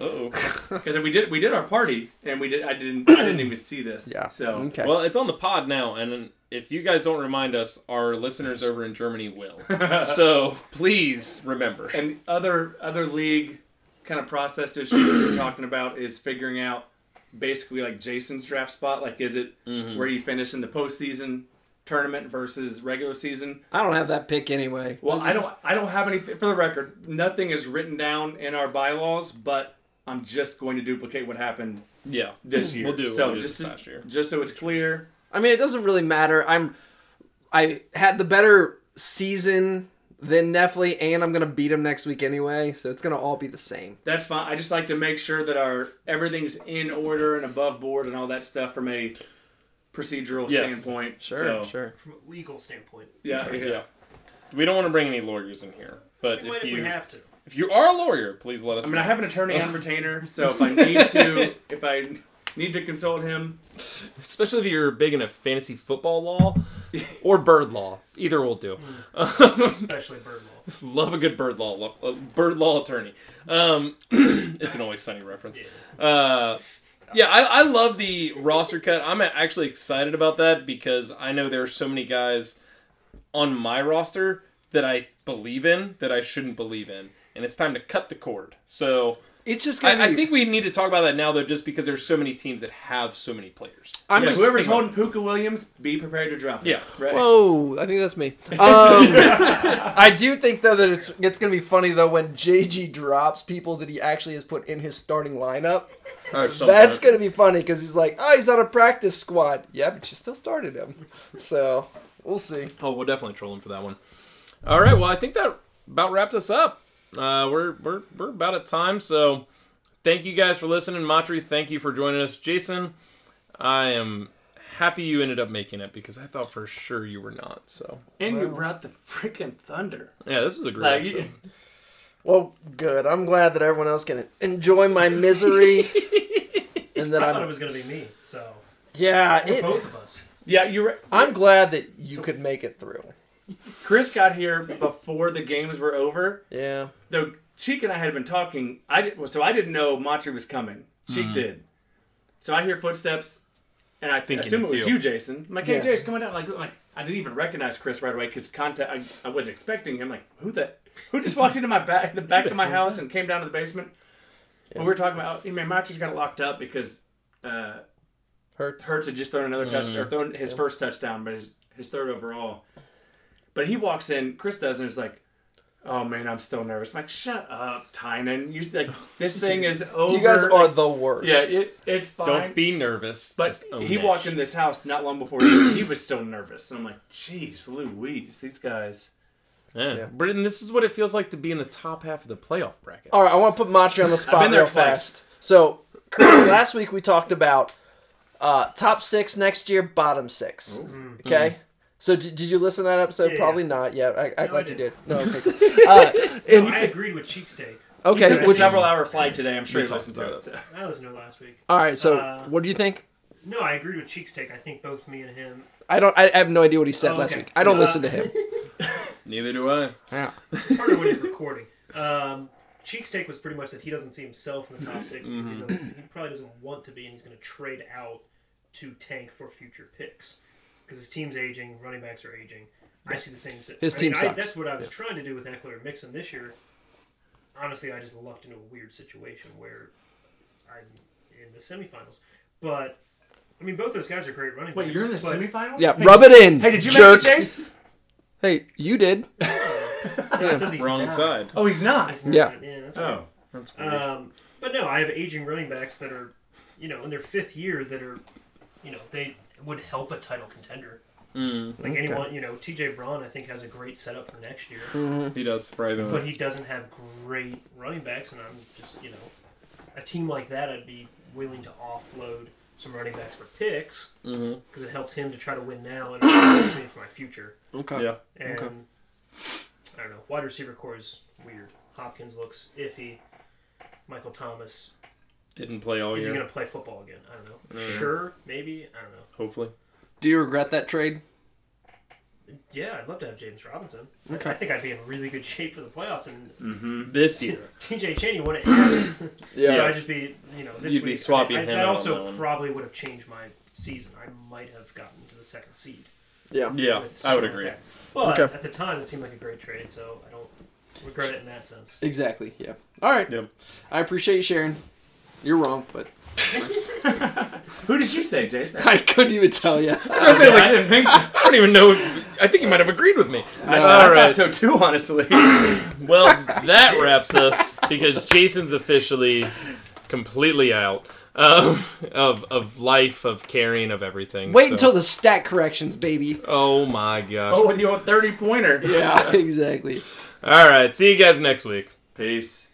Speaker 1: Oh.
Speaker 2: because we did we did our party and we did I didn't I didn't even see this.
Speaker 4: Yeah. Mm-hmm.
Speaker 2: So
Speaker 4: Okay.
Speaker 1: Well, it's on the pod now, and if you guys don't remind us, our listeners over in Germany will. so please remember.
Speaker 2: and other other league kind of process issue that we're talking about is figuring out basically like Jason's draft spot. Like, is it
Speaker 1: Mm-hmm.
Speaker 2: where you finish in the postseason tournament versus regular season?
Speaker 4: I don't have that pick anyway.
Speaker 2: Well, I don't I don't have any for the record. Nothing is written down in our bylaws, but I'm just going to duplicate what happened
Speaker 1: Yeah.
Speaker 2: this year.
Speaker 1: We'll do what
Speaker 2: so
Speaker 1: we did
Speaker 2: just
Speaker 1: this
Speaker 2: to-
Speaker 1: last year.
Speaker 2: just so it's clear.
Speaker 4: I mean, it doesn't really matter. I'm I had the better season than Nefli, and I'm gonna beat him next week anyway, so it's gonna all be the same.
Speaker 2: That's fine. I just like to make sure that our everything's in order and above board and all that stuff from a procedural
Speaker 1: Yes.
Speaker 2: standpoint.
Speaker 4: Sure,
Speaker 2: So,
Speaker 4: sure.
Speaker 3: From a legal standpoint,
Speaker 2: Yeah, yeah.
Speaker 1: Yeah. We don't want to bring any lawyers in here, but
Speaker 3: we might
Speaker 1: if
Speaker 3: if we
Speaker 1: you
Speaker 3: have to.
Speaker 1: if you are a lawyer, please let us.
Speaker 2: I mean,
Speaker 1: know.
Speaker 2: I have an attorney on retainer, so if I need to, if I need to consult him,
Speaker 1: especially if you're big into fantasy football law or bird law. Either will do.
Speaker 2: Hmm.
Speaker 3: especially bird law.
Speaker 1: Love a good bird law lo- uh, bird law attorney. Um, it's an always sunny reference. Uh, yeah, I, I love the roster cut. I'm actually excited about that because I know there are so many guys on my roster that I believe in that I shouldn't believe in, and it's time to cut the cord. So.
Speaker 4: It's just gonna.
Speaker 1: I, I
Speaker 4: be-
Speaker 1: think we need to talk about that now, though, just because there's so many teams that have so many players.
Speaker 4: I'm
Speaker 2: yeah,
Speaker 4: just.
Speaker 2: whoever's holding Puka Williams, be prepared to drop him.
Speaker 1: Yeah.
Speaker 2: right.
Speaker 4: Whoa, I think that's me. Um, I do think though that it's it's gonna be funny though when JG drops people that he actually has put in his starting lineup.
Speaker 2: Oh,
Speaker 4: That's gonna be funny because he's like, oh, he's on a practice squad. Yeah, but you still started him, so we'll see.
Speaker 1: Oh, we'll definitely troll him for that one. All right. Well, I think that about wraps us up. Uh, we're we're we're about at time. So, thank you guys for listening, Matri. Thank you for joining us, Jason. I am happy you ended up making it because I thought for sure you were not. So,
Speaker 2: And you brought the freaking thunder.
Speaker 1: yeah, this was a great
Speaker 2: Like,
Speaker 1: episode.
Speaker 4: Well, good. I'm glad that everyone else can enjoy my misery, and that
Speaker 3: I thought it
Speaker 4: I'm
Speaker 3: was gonna be me, so
Speaker 4: yeah.
Speaker 3: or
Speaker 4: It,
Speaker 3: both of us.
Speaker 2: yeah, you're. right.
Speaker 4: I'm glad that you could make it through.
Speaker 2: Chris got here before the games were over.
Speaker 4: Yeah.
Speaker 2: Though Cheek and I had been talking, I did, so I didn't know Montre was coming. Cheek
Speaker 1: Hmm.
Speaker 2: did. So I hear footsteps, and I think
Speaker 1: Thinking
Speaker 2: assume it
Speaker 1: it's
Speaker 2: was
Speaker 1: you.
Speaker 2: you, Jason. I'm like, hey,
Speaker 4: Yeah.
Speaker 2: Jason, come on down. Like, like I didn't even recognize Chris right away because contact. I, I wasn't expecting him. Like, who the who just walked into my back the back of my house and came down to the basement? When we were talking about, I mean, Montre's got locked up because uh,
Speaker 4: Hurts.
Speaker 2: Hurts had just thrown another touchdown, or
Speaker 1: Mm-hmm.
Speaker 2: thrown his first touchdown, but his, his third overall. But he walks in, Chris does, and is like, "Oh man, I'm still nervous." I'm like, "Shut up, Tynan. You like this thing is over."
Speaker 4: You guys are
Speaker 2: Like,
Speaker 4: the worst.
Speaker 2: yeah, it, it's fine.
Speaker 1: Don't be nervous.
Speaker 2: but
Speaker 1: Just own
Speaker 2: he
Speaker 1: it.
Speaker 2: walked in this house not long before he, he was still nervous, and I'm like, "Jeez, Louise, these guys."
Speaker 1: Yeah.
Speaker 4: Yeah.
Speaker 1: Britain, this is what it feels like to be in the top half of the playoff bracket.
Speaker 4: All right, I want to put Matri on the spot
Speaker 2: been there
Speaker 4: real
Speaker 2: twice.
Speaker 4: fast. So, Chris, last week we talked about uh, top six next year, bottom six.
Speaker 2: Mm-hmm.
Speaker 4: Okay. So, did, did you listen to that episode?
Speaker 3: Yeah,
Speaker 4: Probably not yet. I, act
Speaker 3: No,
Speaker 4: like
Speaker 3: I
Speaker 4: you did.
Speaker 3: didn't.
Speaker 4: No. Okay. cool. uh, and-
Speaker 3: I agreed with cheek steak.
Speaker 2: He took
Speaker 4: okay.
Speaker 2: a
Speaker 4: Which,
Speaker 2: several hour flight today. I'm sure
Speaker 1: We
Speaker 2: he
Speaker 1: talked
Speaker 2: listened to
Speaker 1: about
Speaker 2: it.
Speaker 1: it.
Speaker 2: so.
Speaker 3: I listened to it last week.
Speaker 4: all right. So,
Speaker 3: Uh,
Speaker 4: what do you think?
Speaker 3: No, I agreed with cheek steak. I think both me and him.
Speaker 4: I don't. I have no idea what he said
Speaker 3: Oh,
Speaker 4: last
Speaker 3: okay.
Speaker 4: week. I don't
Speaker 3: Uh,
Speaker 4: listen to him.
Speaker 1: Neither do I.
Speaker 4: Yeah.
Speaker 3: It's harder when you're recording. Um, cheek steak was pretty much that he doesn't see himself in the top six because
Speaker 4: Mm-hmm.
Speaker 3: he, doesn't, he probably doesn't want to be, and he's going to trade out to tank for future picks because his team's aging, running backs are aging. I see the same. si-
Speaker 4: His
Speaker 3: I
Speaker 4: team
Speaker 3: I-
Speaker 4: sucks.
Speaker 3: That's what I was trying to do with Eckler and Mixon this year. Honestly, I just lucked into a weird situation where I'm in the semifinals, but. I mean, both those guys are great running
Speaker 2: Wait,
Speaker 3: backs.
Speaker 2: you're in the
Speaker 3: but-
Speaker 2: semifinals?
Speaker 4: Yeah.
Speaker 2: Hey,
Speaker 4: rub it in.
Speaker 2: Hey, did you
Speaker 4: jerk.
Speaker 2: make the chase?
Speaker 4: Hey, you did.
Speaker 3: No, it says he's
Speaker 1: Wrong
Speaker 3: not.
Speaker 1: side.
Speaker 2: Oh, he's not.
Speaker 3: It's
Speaker 4: Yeah.
Speaker 3: not- yeah, that's
Speaker 2: Oh,
Speaker 1: That's weird.
Speaker 3: Um, but no, I have aging running backs that are, you know, in their fifth year that are, you know, they would help a title contender. Like anyone, you know, TJ Braun, I think, has a great setup for next year,
Speaker 1: Mm. he does surprisingly.
Speaker 3: but he doesn't have great running backs, and I'm just, you know, a team like that, I'd be willing to offload some running backs for picks because it helps him to try to win now and it helps me for my future.
Speaker 4: Okay.
Speaker 1: Yeah.
Speaker 3: And
Speaker 4: Okay.
Speaker 3: I don't know. Wide receiver core is weird. Hopkins looks iffy. Michael Thomas,
Speaker 1: Didn't play all
Speaker 3: is
Speaker 1: year.
Speaker 3: he going to play football again? I don't know. Sure, maybe. I don't know.
Speaker 1: Hopefully.
Speaker 4: Do you regret that trade?
Speaker 3: Yeah, I'd love to have James Robinson. I think I'd be in really good shape for the playoffs. And
Speaker 1: This year.
Speaker 3: TJ Cheney wouldn't. have it.
Speaker 4: Yeah.
Speaker 3: So I'd just be, you know, this
Speaker 1: You'd be
Speaker 3: week,
Speaker 1: swapping
Speaker 3: I, I,
Speaker 1: him
Speaker 3: That
Speaker 1: out on
Speaker 3: also
Speaker 1: that one.
Speaker 3: probably would have changed my season. I might have gotten to the second seed.
Speaker 4: Yeah.
Speaker 1: Yeah,
Speaker 3: with
Speaker 1: Oh, I would
Speaker 3: someone like
Speaker 1: agree.
Speaker 3: that. But
Speaker 4: Okay.
Speaker 3: at the time, it seemed like a great trade, so I don't regret it in that sense.
Speaker 4: Exactly. Yeah. All right.
Speaker 1: Yep.
Speaker 4: I appreciate you sharing. You're wrong, but
Speaker 2: Who did you say, Jason?
Speaker 4: I couldn't even tell you.
Speaker 1: I, was like, I didn't think so. I don't even know. If, I think you might have agreed with me.
Speaker 2: I
Speaker 1: All right.
Speaker 2: thought so too, honestly.
Speaker 1: Well, that wraps us because Jason's officially completely out um, of of life, of caring, of everything.
Speaker 4: Wait
Speaker 1: so-
Speaker 4: until the stat corrections, baby.
Speaker 1: Oh my gosh!
Speaker 2: oh, with your 30 pointer.
Speaker 4: Yeah. exactly.
Speaker 1: All right. See you guys next week.
Speaker 2: Peace.